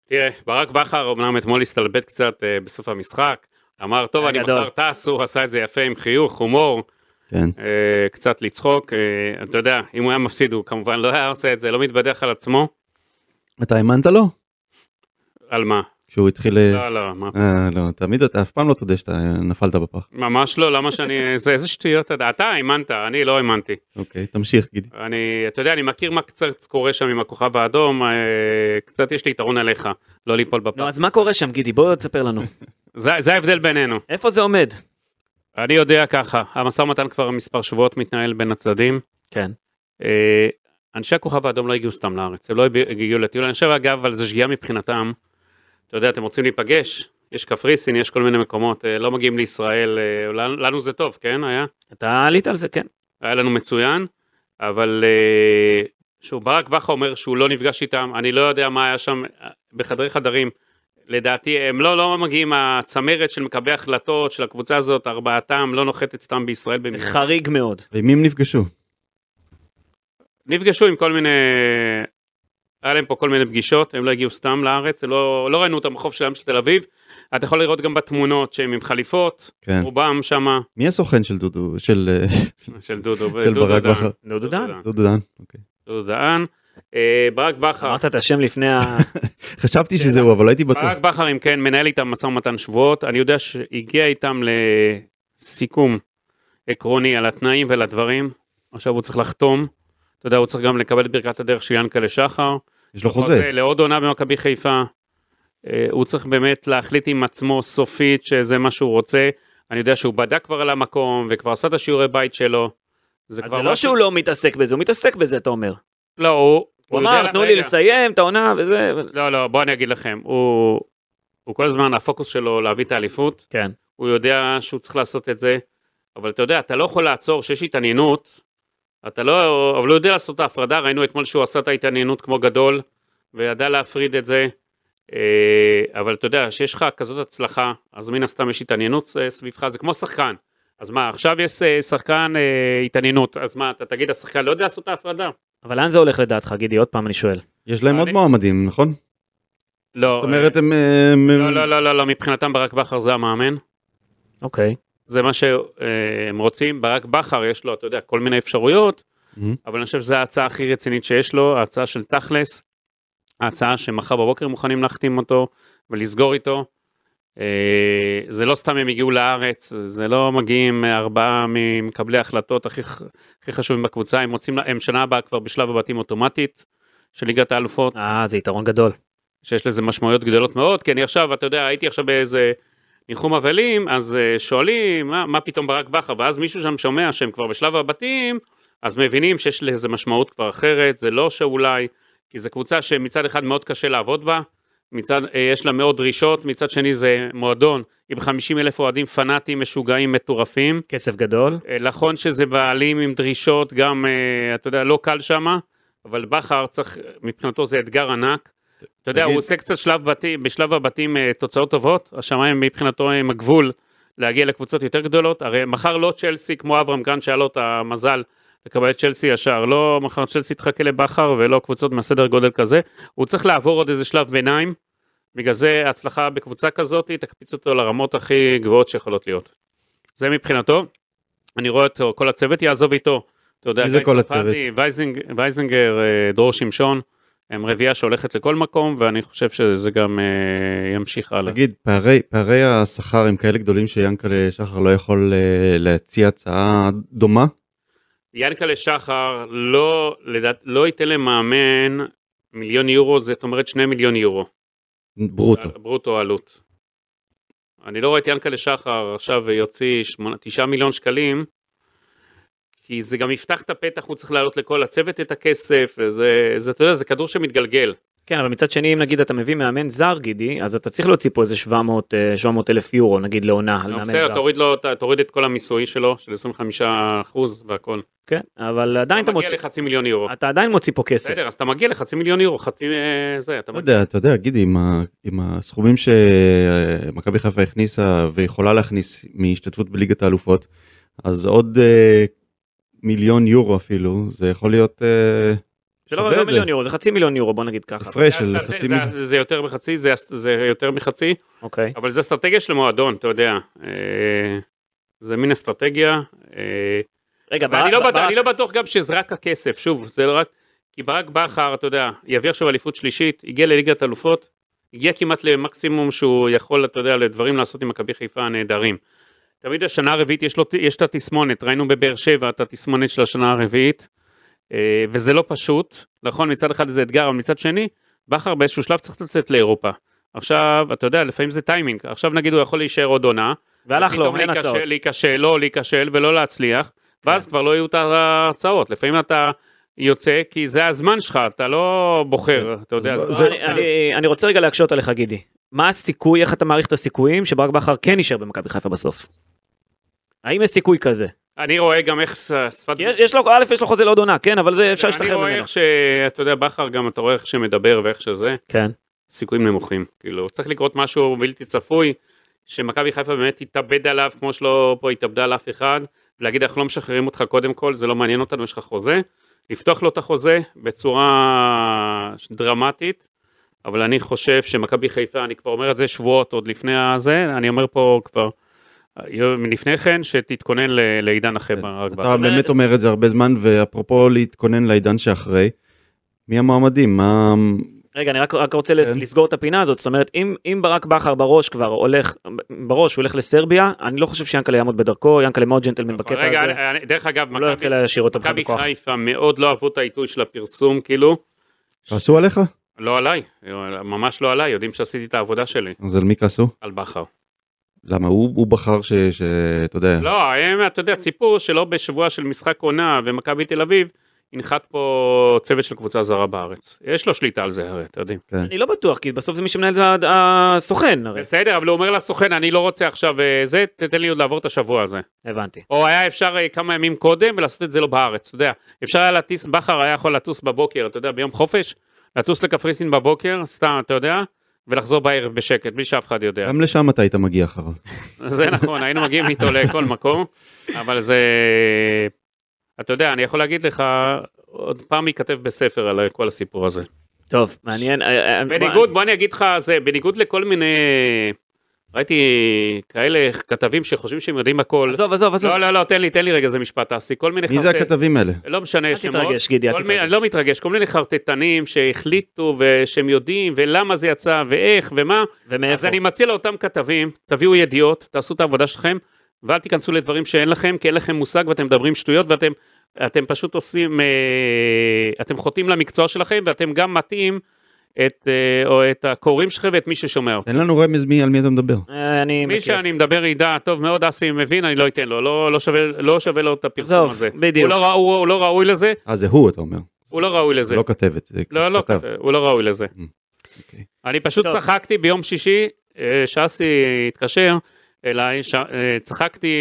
S3: תראה, ברק בכר אמנם אתמול הסתלבט קצת אה, בסוף המשחק, אמר, טוב,
S1: היה
S3: אני
S1: גדול."
S3: מחר טס, הוא עשה את זה יפה עם חיוך, הומור,
S2: כן.
S3: אה, קצת לצחוק, אה, אתה יודע, אם הוא היה מפסיד, הוא כמובן לא היה עושה את זה, לא מתבדח על עצמו,
S2: אתה האמנת לו?
S3: על מה?
S2: כשהוא התחיל... אה,
S3: לא, לא, מה?
S2: אה, לא, תמיד אתה אף פעם לא תודה שאתה נפלת בפח.
S3: ממש לא, למה שאני... זה איזה שטויות, אתה אתה האמנת, אני לא האמנתי.
S2: אוקיי, תמשיך גידי.
S3: אני, אתה יודע, אני מכיר מה קצת קורה שם עם הכוכב האדום, אה, קצת יש לי יתרון עליך, לא ליפול בפח.
S1: נו, אז מה קורה שם, גידי? בוא תספר לנו.
S3: זה זה ההבדל בינינו.
S1: איפה זה עומד?
S3: אני יודע ככה, המשא ומתן כבר מספר שבועות מתנהל בין הצדדים.
S1: כן.
S3: אה, אנשי הכוכב האדום לא הגיעו סתם לארץ, הם לא הגיעו לטיול. אני חושב, אגב, על זה שגיאה מבחינתם. אתה יודע, אתם רוצים להיפגש, יש קפריסין, יש כל מיני מקומות, אה, לא מגיעים לישראל, אה, לנו- לנו זה טוב, כן, היה?
S1: אתה עלית על זה, כן.
S3: היה לנו מצוין, אבל אה, שוב, ברק בכר אומר שהוא לא נפגש איתם, אני לא יודע מה היה שם אה, בחדרי חדרים. לדעתי הם לא, לא מגיעים, הצמרת של מקבלי ההחלטות של הקבוצה הזאת, ארבעתם לא נוחתת סתם בישראל
S1: זה
S3: במשחק.
S1: חריג מאוד.
S2: ועם מי הם נפגשו?
S3: נפגשו עם כל מיני, היה להם פה כל מיני פגישות, הם לא הגיעו סתם לארץ, לא, לא ראינו אותם בחוף של הים של תל אביב. אתה יכול לראות גם בתמונות שהם עם חליפות,
S2: כן.
S3: רובם שמה,
S2: מי הסוכן של דודו, של אה,
S3: של דודו,
S2: של
S3: דודו
S2: ברק
S3: דן.
S2: בכר?
S1: נו, דודן.
S2: דודו דן? אוקיי.
S3: דודו דהן. אה, ברק בכר,
S1: אמרת את השם לפני ה...
S2: חשבתי שזהו, אבל לא הייתי בטוח.
S3: ברק בכר אם כן מנהל איתם משא ומתן שבועות, אני יודע שהגיע איתם לסיכום עקרוני על התנאים ועל הדברים, עכשיו הוא צריך לחתום, אתה יודע הוא צריך גם לקבל את ברכת הדרך של ינקלה שחר,
S2: יש
S3: לא
S2: לו חוזה.
S3: לעוד עונה במכבי חיפה, אה, הוא צריך באמת להחליט עם עצמו סופית שזה מה שהוא רוצה, אני יודע שהוא בדק כבר על המקום וכבר עשה את השיעורי בית שלו, זה
S1: אז זה לא שהוא לא מתעסק בזה, הוא מתעסק בזה, אתה אומר.
S3: לא, הוא,
S1: הוא
S3: יודע
S1: אמר,
S3: לך,
S1: תנו לי
S3: רגע.
S1: לסיים את העונה וזה... ו-
S3: לא, לא, בוא אני אגיד לכם, הוא, הוא כל הזמן, הפוקוס שלו להביא את האליפות,
S1: כן.
S3: הוא יודע שהוא צריך לעשות את זה, אבל אתה יודע, אתה לא יכול לעצור שיש התעניינות, אתה לא, אבל הוא יודע לעשות את ההפרדה, ראינו אתמול שהוא עשה את ההתעניינות כמו גדול, וידע להפריד את זה, אה, אבל אתה יודע, כשיש לך כזאת הצלחה, אז מן הסתם יש התעניינות אה, סביבך, זה כמו שחקן. אז מה, עכשיו יש אה, שחקן אה, התעניינות, אז מה, אתה תגיד, השחקן לא יודע לעשות את ההפרדה?
S1: אבל לאן זה הולך לדעתך, גידי? עוד פעם אני שואל.
S2: יש להם
S3: אה, אני-
S2: עוד מועמדים, נכון?
S3: לא.
S2: זאת אומרת, הם... אה, הם-
S3: לא, לא, לא, לא, לא, מבחינתם ברק בכר זה המאמן.
S1: אוקיי.
S3: זה מה שהם רוצים, ברק בכר יש לו, אתה יודע, כל מיני אפשרויות,
S2: Mhm.
S3: אבל אני חושב שזו ההצעה הכי רצינית שיש לו, ההצעה של תכלס, ההצעה שמחר בבוקר מוכנים להחתים אותו ולסגור איתו. אה, זה לא סתם הם הגיעו לארץ, זה לא מגיעים ארבעה ממקבלי ההחלטות הכי, ח- הכי חשובים בקבוצה, הם, רוצים, לה- הם שנה הבאה כבר בשלב הבתים אוטומטית של ליגת האלופות.
S1: אה, זה יתרון גדול.
S3: שיש לזה משמעויות גדולות מאוד, כי אני עכשיו, אתה יודע, הייתי עכשיו באיזה ניחום אבלים, אז אה, שואלים, מה, מה פתאום ברק בכר, ואז מישהו שם שומע שהם כבר בשלב הבתים, אז מבינים שיש לזה משמעות כבר אחרת, זה לא שאולי, כי זו קבוצה שמצד אחד מאוד קשה לעבוד בה, מצד, אה, יש לה מאוד דרישות, מצד שני זה מועדון עם 50 אלף אוהדים פנאטים, משוגעים, מטורפים.
S1: כסף גדול.
S3: אה, נכון שזה בעלים עם דרישות, גם, אה, אתה יודע, לא קל שמה, אבל בכר צריך, מבחינתו זה אתגר ענק. אתה יודע,
S2: תגיד-
S3: הוא עושה קצת שלב בתים, בשלב הבתים אה, תוצאות טובות, השמיים מבחינתו הם הגבול להגיע לקבוצות יותר גדולות, הרי מחר לא צ'לסי כמו אברהם גרנט שהיה לו את המזל לקבל את צ'לסי ישר, לא מחר צ'לסי תחכה לבכר ולא קבוצות מהסדר גודל כזה, הוא צריך לעבור עוד איזה שלב ביניים, בגלל זה ההצלחה בקבוצה כזאת תקפיץ אותו לרמות הכי גבוהות שיכולות להיות. זה מבחינתו, אני רואה אותו, כל הצוות יעזוב איתו, אתה יודע,
S2: מי זה
S3: גיא
S2: כל
S3: צרפתי,
S2: הצוות?
S3: וייזינג, וייזינגר, אה, דרור שמשון, הם רביעייה שהולכת לכל מקום, ואני חושב שזה גם אה, ימשיך הלאה.
S2: תגיד, פערי, פערי השכר הם כאלה גדולים שיענקלה שחר לא יכול אה, להציע הצעה דומה?
S3: ינקלה שחר לא, לדעת, לא ייתן למאמן מיליון יורו, זאת אומרת שני מיליון יורו. אה,
S2: ברוטו.
S3: ברוטו עלות. אני לא רואה את ינקלה שחר עכשיו יוציא 9 מיליון שקלים, כי זה גם יפתח את הפתח, הוא צריך להעלות לכל הצוות את הכסף, וזה, זה, אתה יודע, זה כדור שמתגלגל.
S1: כן, אבל מצד שני, אם נגיד אתה מביא מאמן זר, גידי, אז אתה צריך להוציא פה איזה 700 אה, 700 אלף יורו, נגיד, לעונה, על מאמן
S3: לא, בסדר,
S1: זר.
S3: תוריד, לו, את ה- תוריד את כל המיסוי שלו, של 25% והכל.
S1: כן, אבל עדיין אתה
S3: אתה מגיע
S1: מוציא,
S3: לחצי מיליון יורו.
S1: אתה עדיין מוציא פה כסף.
S3: בסדר, אז אתה מגיע לחצי מיליון יורו, חצי אה, זה, אתה
S2: לא
S3: מגיע.
S2: יודע, אתה יודע, גידי, עם, ה, עם הסכומים שמכבי חיפה הכניסה ויכולה להכניס מהשתתפות בליגת האלופות, אז עוד אה, מיליון יורו אפילו, זה יכול להיות אה,
S1: זה
S2: שווה
S1: לא לא
S2: את זה.
S1: מיליון יורו, זה חצי מיליון יורו, בוא נגיד ככה.
S2: הפרש
S3: זה
S2: של
S3: אסטרט-
S2: חצי
S3: זה-
S2: מיליון.
S3: זה יותר מחצי, זה אס- זה יותר מחצי,
S1: אוקיי.
S3: אבל זה אסטרטגיה של מועדון, אתה יודע. אה, זה מין אסטרטגיה. אה,
S1: רגע,
S3: ואני
S1: ברק-
S3: לא בטוח-
S1: ברק-
S3: אני לא בטוח גם שזה רק הכסף, שוב, זה לא רק... כי ברק בכר, אתה יודע, יביא עכשיו אליפות שלישית, הגיע לליגת אלופות, הגיע כמעט למקסימום שהוא יכול, אתה יודע, לדברים לעשות עם מכבי חיפה הנהדרים. תמיד השנה הרביעית יש, לו, יש את התסמונת, ראינו בבאר שבע את התסמונת של השנה הרביעית, אה, וזה לא פשוט, נכון, מצד אחד זה אתגר, אבל מצד שני, בכר באיזשהו שלב צריך לצאת לאירופה. עכשיו, אתה יודע, לפעמים זה טיימינג, עכשיו נגיד הוא יכול להישאר עוד עונה,
S1: והלך לו,
S3: פתאום
S1: אין
S3: להיכשל-
S1: הצעות. כן.
S3: להיכשל, לא להיכשל ולא להצליח, ואז כבר לא יהיו את ההצעות. לפעמים אתה יוצא, כי זה הזמן שלך, אתה לא בוחר, אתה יודע.
S2: אז
S3: זה-
S2: בוא-
S1: לא,
S2: זה-
S1: אני- אני- אני רוצה רגע להקשות עליך, גידי. מה הסיכוי, איך אתה מעריך את הסיכויים שברק בכר כן יישאר במכבי חיפה בסוף? האם יש סיכוי כזה?
S3: אני רואה גם איך ש- שפת...
S1: כי יש יש לו, א', יש לו חוזה לעוד עונה, כן, אבל זה אפשר
S3: אני
S1: להשתחרר
S3: רואה
S1: ממנו.
S3: איך ש... אתה יודע, בכר גם, אתה רואה איך שמדבר ואיך שזה.
S1: כן.
S3: סיכויים נמוכים. כאילו, צריך לקרות משהו בלתי צפוי, שמכבי חיפה באמת תתאבד עליו, כמו שלא פה התאבדה על אף אחד, ולהגיד, אנחנו לא משחררים אותך קודם כל, זה לא מעניין אותנו, יש לך חוזה. לפתוח לו את החוזה בצורה דרמטית, אבל אני חושב שמכבי חיפה, אני כבר אומר את זה שבועות עוד לפני הזה, אני אומר פה כבר לפני כן, שתתכונן ל- לעידן אחר.
S2: כן.
S3: רק
S2: אתה
S3: בהתחלה.
S2: באמת אומר את זה הרבה זמן, ואפרופו להתכונן לעידן שאחרי, מי המועמדים? מה...
S1: רגע, אני רק, רק רוצה לס-
S2: כן.
S1: לסגור את הפינה הזאת, זאת אומרת, אם, אם ברק בכר בראש כבר הולך, בראש הוא הולך לסרביה, אני לא חושב שיאנקלה יעמוד בדרכו, יאנקלה מאוד ג'נטלמן בקטע
S3: נכון, רגע,
S1: הזה,
S3: אני- אני- דרך אגב,
S1: הוא לא ירצה
S3: מכבי-
S1: להשאיר אותו בכלל
S3: מכבי
S1: בכוח.
S3: חיפה מאוד לא אהבו את העיתוי של הפרסום, כאילו,
S2: כעסו עליך?
S3: לא עליי, ממש לא עליי, יודעים שעשיתי את העבודה שלי,
S2: אז על מי כעסו?
S3: על בכר.
S2: למה? הוא הוא בחר ש... ש- אתה יודע.
S3: לא, הם, אתה יודע, ציפו שלא בשבוע של משחק עונה ומכבי תל אביב, ינחת פה צוות של קבוצה זרה בארץ. יש לו שליטה על זה הרי, אתה יודעים.
S1: אני לא בטוח, כי בסוף זה מי שמנהל זה הד- הסוכן, הרי.
S3: בסדר, אבל הוא אומר לסוכן, אני לא רוצה עכשיו אה, זה, תתן לי עוד לעבור את השבוע הזה.
S1: הבנתי.
S3: או היה אפשר אה, כמה ימים קודם ולעשות את זה לא בארץ, אתה יודע. אפשר היה להטיס, בכר היה יכול לטוס בבוקר, אתה יודע, ביום חופש, לטוס לקפריסין בבוקר, סתם, אתה יודע, ולחזור בערב בשקט, בלי שאף אחד יודע.
S2: גם לשם אתה היית מגיע אחריו.
S3: זה נכון, היינו מגיעים איתו לכל מקום, אבל זה... אתה יודע, אני יכול להגיד לך, עוד פעם ייכתב בספר על כל הסיפור הזה.
S1: טוב, מעניין. אה, אה,
S3: בניגוד, בוא אני אגיד לך, זה בניגוד לכל מיני... ראיתי כאלה כתבים שחושבים שהם יודעים הכל.
S1: אה, עזוב, עזוב, עזוב.
S3: לא, לא, לא, תן לי, תן לי רגע איזה משפט, תעשי. כל מיני
S2: מי זה
S3: חרטט-
S2: הכתבים האלה?
S3: לא משנה
S1: אל
S3: שמות.
S1: תתרגש, גידי, אל
S3: כל מיני-
S1: תתרגש.
S3: אני לא מתרגש, כל מיני חרטטנים שהחליטו ושהם יודעים ולמה זה יצא ואיך ומה. אז
S1: ומאיפה?
S3: אני מציע לאותם כתבים, תביאו ידיעות, תעשו את העבודה שלכם, ואל תיכנסו לדברים שאין לכם, כי אין לכם מושג ואתם מדברים שטויות ואתם אתם פשוט עושים, אה, אתם חוטאים למקצוע שלכם ואתם גם מטעים את, אה, או את הקוראים שלכם ואת מי ששומע אותם.
S2: תן לנו רמז מי, על מי אתה מדבר.
S1: אה, אני
S3: מי
S1: מכיר.
S3: שאני מדבר ידע, טוב מאוד, אסי מבין, אני לא אתן לו, לא, לא, שווה, לא שווה לו את הפרסום
S1: עזוב,
S3: הזה.
S1: בדיוק.
S3: הוא לא, רא- הוא, הוא לא ראוי לזה,
S2: אה, זה הוא, אתה אומר.
S3: הוא לא ראוי לזה.
S2: זה לא כתבת. זה
S3: לא, לא,
S2: כתב.
S3: הוא לא ראוי לזה.
S2: אוקיי.
S3: אני פשוט
S1: טוב.
S3: צחקתי ביום שישי, אה, שאסי התקשר אליי, ש- אה, צחקתי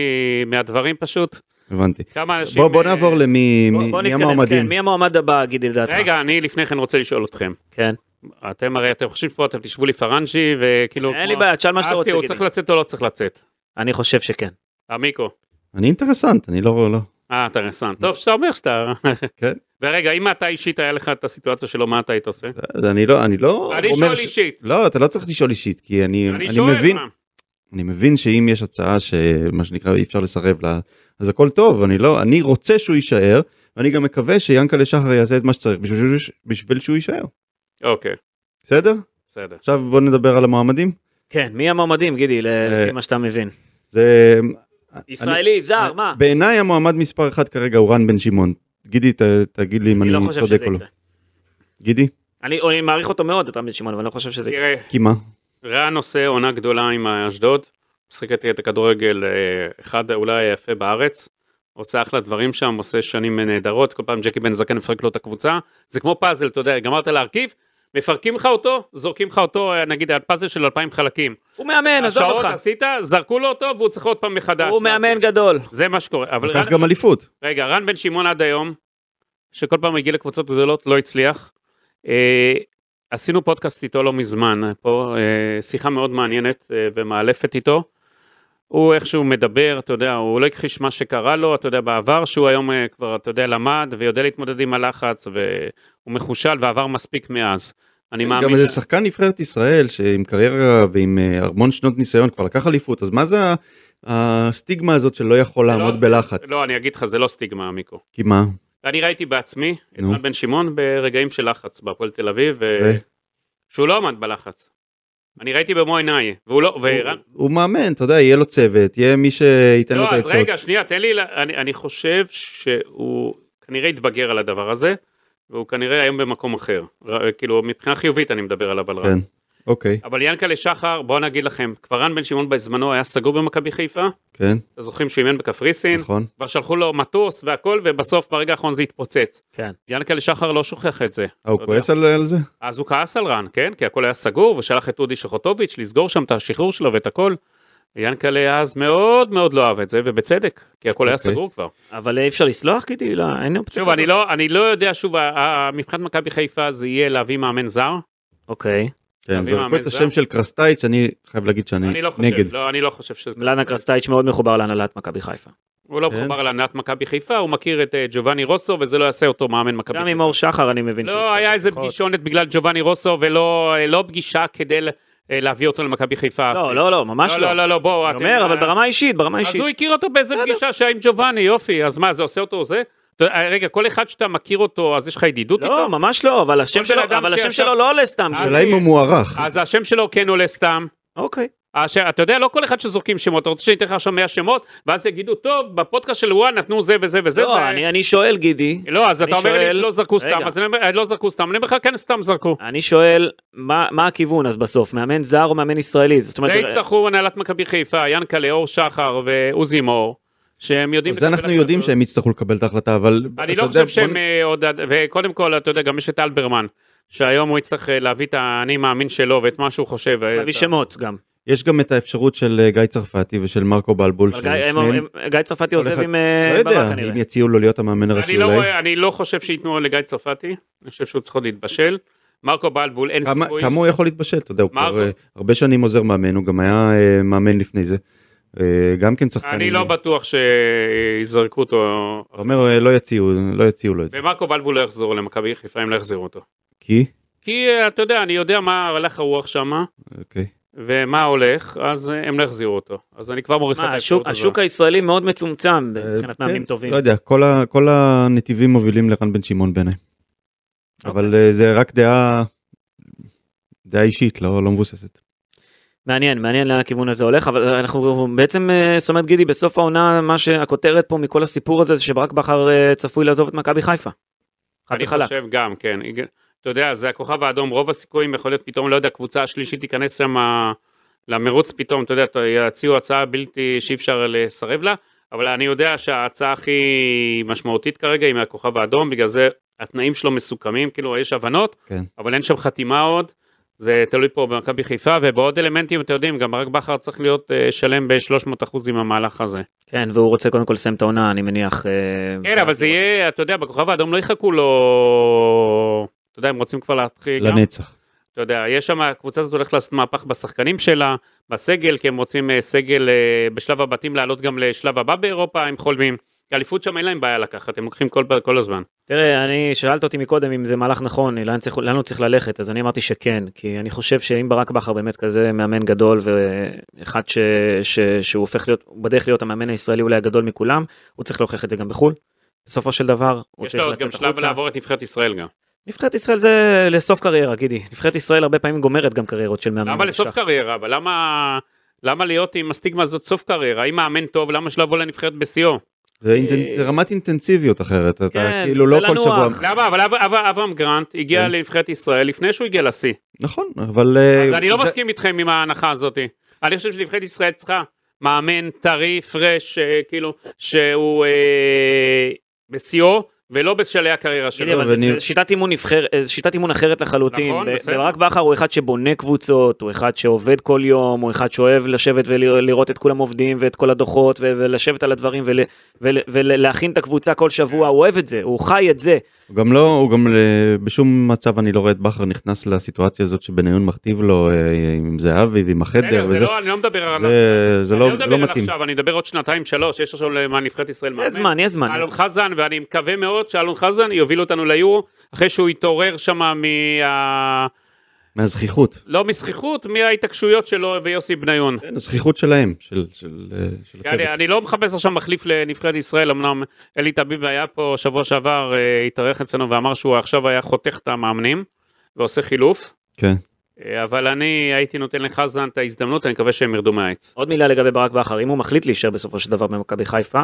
S3: מהדברים פשוט,
S2: הבנתי.
S3: כמה אנשים...
S2: בוא בוא
S3: אה,
S2: נעבור למי
S1: בוא-
S2: מי-
S1: בוא
S2: מי
S1: נתקדם,
S2: המועמדים.
S1: כן, מי המועמד הבא, גידי, לדעתך?
S3: רגע, אני לפני כן רוצה לשאול אתכם.
S1: כן.
S3: אתם הרי, אתם חושבים שפה אתם תשבו לי פרנג'י, וכאילו...
S1: אין
S3: לא, כמו-
S1: לי בעיה, תשאל מה שאתה רוצה,
S3: אסי, הוא
S1: גידי.
S3: צריך לצאת או לא צריך לצאת?
S1: אני חושב שכן.
S3: עמיקו.
S2: אני אינטרסנט, אני לא... לא.
S3: אה, אתה רסן. טוב, שאתה אומר שאתה...
S2: כן.
S3: ורגע, אם אתה אישית, היה לך את הסיטואציה שלו, מה אתה היית עושה?
S2: זה- אני לא... אני לא...
S3: אני
S2: אומר
S3: שואל
S2: ש-
S3: אישית.
S2: לא, אתה לא צריך לשאול אישית, כי אני,
S3: אני
S2: אני,
S3: שואל,
S2: מבין,
S3: מה?
S2: אני מבין שאם יש הצעה שמה שנקרא אי אפשר לסרב לה, אז הכל טוב, אני לא, אני רוצה שהוא יישאר, ואני גם מקווה שיענקלה שחר יעשה את מה שצריך בשביל, שהוא- בשביל שהוא יישאר,
S3: אוקיי,
S2: בסדר?
S3: בסדר.
S2: עכשיו בוא נדבר על המועמדים.
S1: כן, מי המועמדים, גידי, ל-
S2: אה,
S1: לפי מה שאתה מבין?
S2: זה...
S1: ישראלי,
S2: אה,
S1: זר, מה?
S2: בעיניי המועמד מספר אחת כרגע הוא רן בן שמעון. גידי, ת, תגיד לי אם
S1: אני
S2: אני,
S1: לא חושב
S2: צודק
S1: שזה
S2: או לא.
S1: יקרה.
S2: גידי?
S1: אני אני מעריך אותו מאוד, את רמי שמעון, אבל אני לא חושב שזה יקרה.
S3: תראה,
S2: כי מה?
S3: רן עושה עונה גדולה עם אשדוד, משחקת את הכדורגל אה, אחד אולי היפה בארץ, עושה אחלה דברים שם, עושה שנים נהדרות, כל פעם ג'קי בן זקן מפרק לו את הקבוצה, זה כמו פאזל, אתה יודע, גמרת להרכיב, מפרקים לך אותו, זורקים לך אותו, אה, נגיד, על פאזל של 2,000 חלקים.
S1: הוא מאמן, כן, עזוב
S3: השעות
S1: אותך.
S3: עשית, זרקו לו אותו, והוא צריך עוד פעם מחדש.
S1: הוא מאמן גדול.
S3: זה מה שקורה. אבל רן,
S2: לקח גם אליפות.
S3: רגע, רן בן שמעון עד היום, שכל פעם הגיע לקבוצות גדולות, לא הצליח. אה, עשינו פודקאסט איתו לא מזמן, פה אה, שיחה מאוד מעניינת אה, ומאלפת איתו. הוא איכשהו מדבר, אתה יודע, הוא לא הכחיש מה שקרה לו, אתה יודע, בעבר, שהוא היום אה, כבר, אתה יודע, למד ויודע להתמודד עם הלחץ, והוא מחושל ועבר מספיק מאז. אני מאמין.
S2: גם איזה שחקן נבחרת ישראל שעם קריירה ועם אה, המון שנות ניסיון כבר לקח אליפות, אז מה זה ה- הסטיגמה הזאת שלא יכול
S3: זה לא
S2: לעמוד
S3: סט-
S2: בלחץ?
S3: לא, אני אגיד לך, זה לא סטיגמה, מיקו.
S2: כי מה?
S3: אני ראיתי בעצמי את
S2: נו.
S3: רן בן שמעון ברגעים של לחץ בהפועל תל אביב, ו...
S2: ו-
S3: שהוא לא עמד בלחץ. אני ראיתי במו עיניי, והוא לא, ורן...
S2: הוא- הוא מאמן, אתה יודע, יהיה לו צוות, יהיה מי שייתן לו
S3: לא,
S2: את
S3: אז
S2: העצות.
S3: רגע, שנייה, תן לי, לה- אני, אני חושב שהוא כנראה התבגר על הדבר הזה, והוא כנראה היום במקום אחר. ר, כאילו, מבחינה חיובית אני מדבר עליו על רן.
S2: כן, אוקיי,
S3: אבל ינקלה שחר, בואו נגיד לכם, כבר רן בן שמעון בזמנו היה סגור במכבי חיפה,
S2: כן,
S3: אתם זוכרים שהוא אימן בקפריסין,
S2: נכון.
S3: כבר שלחו לו מטוס והכל, ובסוף ברגע האחרון זה התפוצץ.
S1: כן.
S3: ינקלה שחר לא שוכח את זה.
S2: אה, הוא
S3: אתה יודע.
S2: כועס על על זה?
S3: אז הוא כעס על רן, כן? כי הכל היה סגור, ושלח את אודי שחוטוביץ' לסגור שם את השחרור שלו ואת הכל. ינקלה אז מאוד מאוד לא אהב את זה, ובצדק, כי הכל היה
S2: אוקיי.
S3: סגור כבר.
S1: אבל אי אפשר לסלוח, גידי? לא, אין אופציה
S3: שוב,
S1: כזאת.
S3: אני לא, אני לא יודע, שוב, ה- ה- מבחינת מכבי חיפה זה יהיה להביא מאמן זר,
S1: אוקיי.
S2: כן,
S3: אבירם,
S2: זרקו את
S3: איזה-
S2: השם של קרסטייץ', אני חייב להגיד שאני
S3: אני לא חושב,
S2: נגד.
S3: לא, אני לא חושב שזה...
S1: מלאנה קרסטייץ' מאוד מחובר להנהלת מכבי חיפה.
S3: הוא לא
S2: כן.
S3: מחובר להנהלת מכבי חיפה, הוא מכיר את אה, ג'ובאני רוסו, וזה לא יעשה אותו מאמן מכבי
S1: גם
S3: חיפה.
S1: עם אור שחר אני מבין. שהוא
S3: לא,
S1: קצת
S3: היה איזה
S1: שיחות.
S3: פגישונת בגלל ג'ובאני רוסו, ולא אה, לא פגישה כדי ל- אה, להביא אותו למכבי חיפה.
S1: לא, לא, לא, ממש
S3: לא,
S1: לא.
S3: לא, לא, לא, בואו,
S1: אני אומר, אבל ברמה האישית, ברמה
S3: אז
S1: האישית.
S3: הוא הכיר אותו באיזה פגישה שהיה עם ג'ובאני, יופי, אז מה, זה עושה אותו זה? אתה יודע, אה, רגע, כל אחד שאתה מכיר אותו, אז יש לך ידידות
S1: לא,
S3: איתו?
S1: ממש לא, אבל השם
S3: כל
S1: שלו-
S3: בן אדם
S1: אבל השם
S3: שישב-
S1: שלו לא עולה סתם.
S3: אז-
S2: השאלה אם הוא מוערך.
S3: אז השם שלו כן עולה סתם.
S1: אוקיי.
S3: הש- אתה יודע, לא כל אחד שזורקים שמות, אתה רוצה שאני אתן לך עכשיו 100 שמות, ואז יגידו, טוב, בפודקאסט של וואן נתנו זה וזה וזה.
S1: לא,
S3: זה-
S1: אני- אני שואל, גידי,
S3: לא, אז
S1: אני
S3: אתה אומר
S1: שואל-
S3: לי שלא זרקו סתם,
S1: רגע. אה,
S3: אז אני אומר, "אה, לא זרקו סתם, אני אומר לך, כן סתם זרקו.
S1: אני שואל, מה מה הכיוון אז בסוף? מאמן זר או מאמן ישראלי? זאת אומרת,
S3: זה יצטרכו הנהלת מכבי חיפה, ינקלה, אור שחר ועוזי מור, שהם יודעים...
S2: זה
S3: לקבל
S2: אנחנו יודעים
S3: החלטות.
S2: שהם יצטרכו לקבל את ההחלטה, אבל...
S3: אני
S2: אתה
S3: לא
S2: יודע,
S3: חושב שהם
S2: בוא נ-
S3: אה, עוד... וקודם כל, אתה יודע, גם יש את אלברמן, שהיום הוא יצטרך אה, להביא את האני מאמין שלו ואת מה שהוא חושב. אה,
S1: להביא
S3: אתה-
S1: שמות גם.
S2: יש גם את האפשרות של אה, גיא צרפתי ושל מרקו בלבול,
S1: אבל גיא- הם-
S2: ששניהם,
S1: הם- גיא צרפתי
S2: כל
S1: עוזב
S2: אחד-
S1: עם אה,
S2: לא
S1: ברק
S2: יודע,
S1: כנראה.
S2: אם יציעו לו להיות המאמן
S3: אני
S2: הראשי
S3: לא
S2: אולי.
S3: רואה- אני לא חושב שייתנו לגיא צרפתי, אני חושב שהוא צריך עוד להתבשל. מרקו בלבול, אין
S2: כמה-
S3: סיכוי.
S2: כמה הוא יכול להתבשל, אתה יודע, הוא
S3: מרקו.
S2: כבר אה, הרבה שנים עוזר מאמן, הוא גם היה אה, מאמן לפני זה. אה, גם כן שחקן.
S3: אני לא בטוח שיזרקו אותו.
S2: אתה אומר, אה, לא יציעו, לא יציעו לו את זה.
S3: ומרקו בלבול לא יחזור למכבי חיפה אם לא יחזירו אותו.
S2: כי?
S3: כי אה, אתה יודע, אני יודע מה הלך הרוח שמה.
S2: אוקיי.
S3: ומה הולך, אז אה, הם לא יחזירו אותו. אז אני כבר מוריד לך את
S1: מה, השוק-
S3: האפשרות הזאת.
S1: השוק הישראלי מאוד מצומצם
S2: אה,
S1: מבחינת מאמנים
S2: כן,
S1: טובים.
S2: לא יודע, כל ה- כל הנתיבים מובילים לרן בן שמעון בעיניי.
S3: אוקיי.
S2: אבל אה, זה רק דעה, דעה אישית, לא לא מבוססת.
S1: מעניין, מעניין לאן הכיוון הזה הולך, אבל אנחנו בעצם, אה, זאת אומרת גידי, בסוף העונה, מה שהכותרת פה מכל הסיפור הזה, זה שברק בכר אה, צפוי לעזוב את מכבי חיפה. חד
S3: אני
S1: וחלק.
S3: חושב גם, כן. איג- אתה יודע, זה הכוכב האדום, רוב הסיכויים יכול להיות פתאום, לא יודע, קבוצה השלישית תיכנס שם למרוץ פתאום, אתה יודע, ת- יציעו הצעה בלתי, שאי אפשר לסרב לה, אבל אני יודע שההצעה הכי משמעותית כרגע היא מהכוכב האדום, בגלל זה התנאים שלו מסוכמים, כאילו יש הבנות,
S2: כן.
S3: אבל אין שם חתימה עוד. זה תלוי פה במכבי חיפה, ובעוד אלמנטים, אתה יודעים, גם ברק בכר צריך להיות אה, שלם ב-300% עם המהלך הזה.
S1: כן, והוא רוצה קודם כל לסיים את העונה, אני מניח. אה,
S3: כן, אבל זה יהיה, אתה יודע, בכוכב האדום לא יחכו לו... אתה יודע, הם רוצים כבר להתחיל גם.
S2: לנצח.
S3: אתה יודע, יש שם, הקבוצה הזאת הולכת לעשות מהפך בשחקנים שלה, בסגל, כי הם רוצים אה, סגל אה, בשלב הבתים לעלות גם לשלב הבא באירופה, הם חולמים. אליפות שם אין להם בעיה לקחת, הם לוקחים כל, כל הזמן.
S1: תראה, אני, שאלת אותי מקודם אם זה מהלך נכון, לאן, צריך, לאן הוא צריך ללכת, אז אני אמרתי שכן, כי אני חושב שאם ברק בכר באמת כזה מאמן גדול, ואחד ש, ש, שהוא הופך להיות, הוא בדרך להיות המאמן הישראלי אולי הגדול מכולם, הוא צריך להוכיח את זה גם בחו"ל. בסופו של דבר, הוא
S3: יש לו
S1: צריך
S3: עוד גם
S1: לצאת
S3: שלב
S1: החוצה.
S3: לעבור את נבחרת ישראל גם.
S1: נבחרת ישראל זה לסוף קריירה, גידי. נבחרת ישראל הרבה פעמים גומרת גם קריירות של מאמנים.
S3: למה לסוף
S1: תשכח.
S3: קריירה? אבל למה... למה להיות עם הסטיגמה הזאת סוף קריירה? אם מאמן טוב, למה שלא יבוא לנבחרת בשיאו?
S2: זה
S3: אה,
S2: אינטנ- זה רמת אינטנסיביות אחרת,
S1: כן,
S2: אתה כאילו
S1: זה
S2: לא כל
S1: לנוח.
S2: שבוע.
S3: למה? אבל אב- אב- אברהם גרנט הגיע
S2: כן.
S3: לנבחרת ישראל לפני שהוא הגיע לשיא.
S2: נכון, אבל...
S3: אז
S2: אה,
S3: אני לא
S2: זה-
S3: מסכים איתכם עם ההנחה הזאת. אני חושב שנבחרת ישראל צריכה מאמן טרי, פרש, אה, כאילו, שהוא אה, בשיאו, ולא בשלהי הקריירה
S1: גידי,
S3: שלו.
S1: אבל זה-
S2: ואני-
S1: זה שיטת אימון נבחר- אה, זה שיטת אימון אחרת לחלוטין.
S3: נכון,
S1: ב-
S3: בסדר.
S1: ברק בכר הוא אחד שבונה קבוצות, הוא אחד שעובד כל יום, הוא אחד שאוהב לשבת ולראות את כולם עובדים ואת כל הדוחות ו- ולשבת על הדברים ול- ול- ולהכין את הקבוצה כל שבוע, הוא אוהב את זה, הוא חי את זה.
S2: הוא גם לא, הוא גם אה, בשום מצב אני לא רואה את בכר נכנס לסיטואציה הזאת שבניון מכתיב לו אה, עם זהבי ועם
S3: רגע,
S2: החדר
S3: זה
S2: וזה.
S3: לא, אני לא מדבר על...
S2: זה- זה
S3: אני
S2: לא- זה
S3: מדבר
S2: לא
S3: על
S2: מתאים.
S3: עכשיו, אני אדבר עוד שנתיים, שלוש, יש עכשיו למען נבחרת ישראל מאמן.
S1: יש זמן, יש זמן.
S3: אלון חזן, ואני מקווה מאוד שאלון חזן יוביל אותנו ליורו, אחרי שהוא יתעורר שם מה...
S2: מהזכיחות.
S3: לא מזכיחות, מההתעקשויות שלו ויוסי בניון.
S2: כן, הזכיחות שלהם, של של, אה, של הצוות.
S3: אני, אני לא מחפש עכשיו מחליף לנבחרת ישראל, אמנם אלי טביב היה פה שבוע שעבר, אה, התארח אצלנו ואמר שהוא עכשיו היה חותך את המאמנים ועושה חילוף,
S2: כן.
S3: אה, אבל אני הייתי נותן לחזן את ההזדמנות, אני מקווה שהם ירדו מהעץ.
S1: עוד מילה לגבי ברק בכר, אם הוא מחליט להישאר בסופו של דבר במכבי חיפה,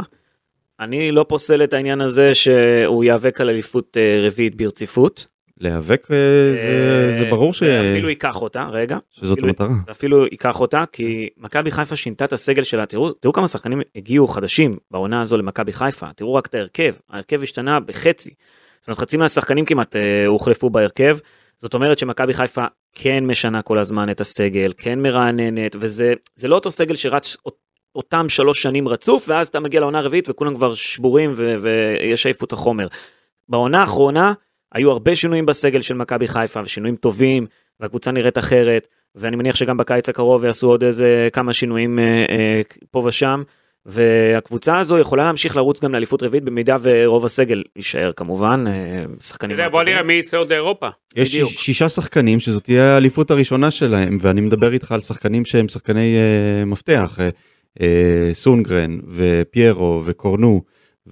S1: אני לא פוסל את העניין הזה שהוא ייאבק על אליפות אה, רביעית ברציפות.
S2: להיאבק אה, זה- זה ברור ש-
S1: אפילו ייקח אותה, רגע.
S2: שזאת
S1: אפילו-
S2: המטרה.
S1: אפילו ייקח אותה, כי מכבי חיפה שינתה את הסגל שלה, תראו, תראו כמה שחקנים הגיעו חדשים בעונה הזו למכבי חיפה, תראו רק את ההרכב, ההרכב השתנה בחצי. זאת אומרת, חצי מהשחקנים כמעט אה, הוחלפו בהרכב, זאת אומרת שמכבי חיפה כן משנה כל הזמן את הסגל, כן מרעננת, וזה זה לא אותו סגל שרץ אות- אותם שלוש שנים רצוף, ואז אתה מגיע לעונה הרביעית וכולם כבר שבורים ו- ויש עייפות החומר. בעונה האחרונה היו הרבה שינויים בסגל של מכבי חיפה, ושינויים טובים, והקבוצה נראית אחרת, ואני מניח שגם בקיץ הקרוב יעשו עוד איזה כמה שינויים אה, אה, פה ושם, והקבוצה הזו יכולה להמשיך לרוץ גם לאליפות רביעית במידה ורוב הסגל יישאר כמובן, אה,
S3: אתה
S1: שחקנים...
S3: יודע, בוא נראה מי יצא עוד לאירופה.
S2: יש
S1: בדיוק.
S2: שיש- שישה שחקנים שזאת תהיה האליפות הראשונה שלהם, ואני מדבר איתך על שחקנים שהם שחקני אה, מפתח, אה, אה, סונגרן ופיירו וקורנו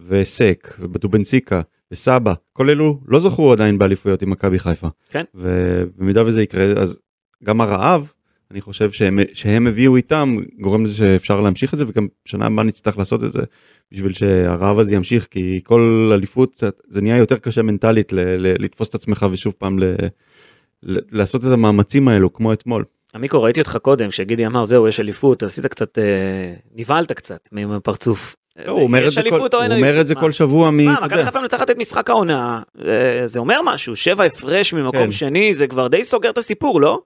S2: וסק ובדובנציקה וסבא, כל אלו לא זכו עדיין באליפויות עם מכבי חיפה.
S1: כן.
S2: ובמידה וזה יקרה, אז גם הרעב, אני חושב שהם, שהם הביאו איתם, גורם לזה שאפשר להמשיך את זה, וגם שנה הבאה נצטרך לעשות את זה, בשביל שהרעב הזה ימשיך, כי כל אליפות, זה נהיה יותר קשה מנטלית ל, ל, לתפוס את עצמך ושוב פעם ל, ל, לעשות את המאמצים האלו, כמו אתמול.
S1: עמיקו, ראיתי אותך קודם, שגידי אמר, זהו, יש אליפות, עשית קצת, אה, נבהלת קצת מהפרצוף.
S2: לא, הוא אומר את
S1: יש
S2: זה כל-
S1: אליפות או
S2: הוא
S1: אין
S2: אומר
S1: אליפות?
S2: את זה
S1: מה?
S2: כל שבוע, מ-
S1: מה,
S2: אתה
S1: מכבי
S2: יודע,
S1: חיפה מנצחת את משחק העונה, אה, זה אומר משהו, שבע הפרש ממקום
S2: כן.
S1: שני, זה כבר די סוגר את הסיפור, לא?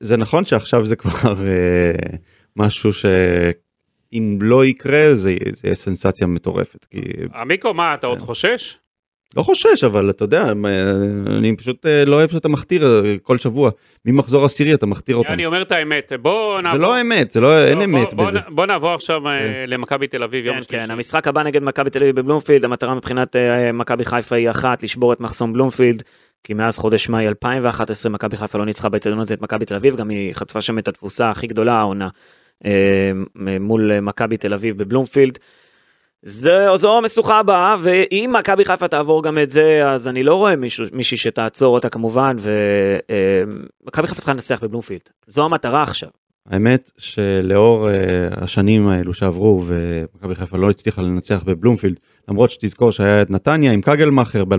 S2: זה נכון שעכשיו זה כבר אה, משהו שאם לא יקרה זה זה יהיה סנסציה מטורפת, כי
S3: עמיקו, מה, אתה עוד
S2: כן.
S3: חושש?
S2: לא חושש אבל אתה יודע אה, אני פשוט אה, לא אוהב שאתה מכתיר אה, כל שבוע ממחזור עשירי אתה מכתיר אותם.
S3: אני אומר את האמת, בוא
S2: אוקיי. זה
S3: נעבור.
S2: לא האמת זה לא אין
S3: בוא-
S2: אמת
S3: בוא-
S2: בזה.
S3: בוא נעבור עכשיו אה,
S2: כן.
S3: למכבי תל אביב, יום
S1: כן,
S3: שלישי.
S1: כן, המשחק הבא נגד מכבי תל אביב בבלומפילד, המטרה מבחינת אה, מכבי חיפה היא אחת, לשבור את מחסום בלומפילד, כי מאז חודש מאי 2011 מכבי חיפה לא ניצחה באצטדיון הזה את מכבי תל אביב, גם היא חטפה שם את התבוסה הכי גדולה העונה אה, מ- מול אה, מכבי תל אביב בבלומפילד. זה- זו המשוכה הבאה, ואם מכבי חיפה תעבור גם את זה, אז אני לא רואה מישהו- מישהי שתעצור אותה כמובן, ומכבי חיפה צריכה לנצח בבלומפילד. זו המטרה עכשיו.
S2: האמת שלאור אה, השנים האלו שעברו ומכבי חיפה לא הצליחה לנצח בבלומפילד למרות שתזכור שהיה את נתניה עם כגלמאכר ב2016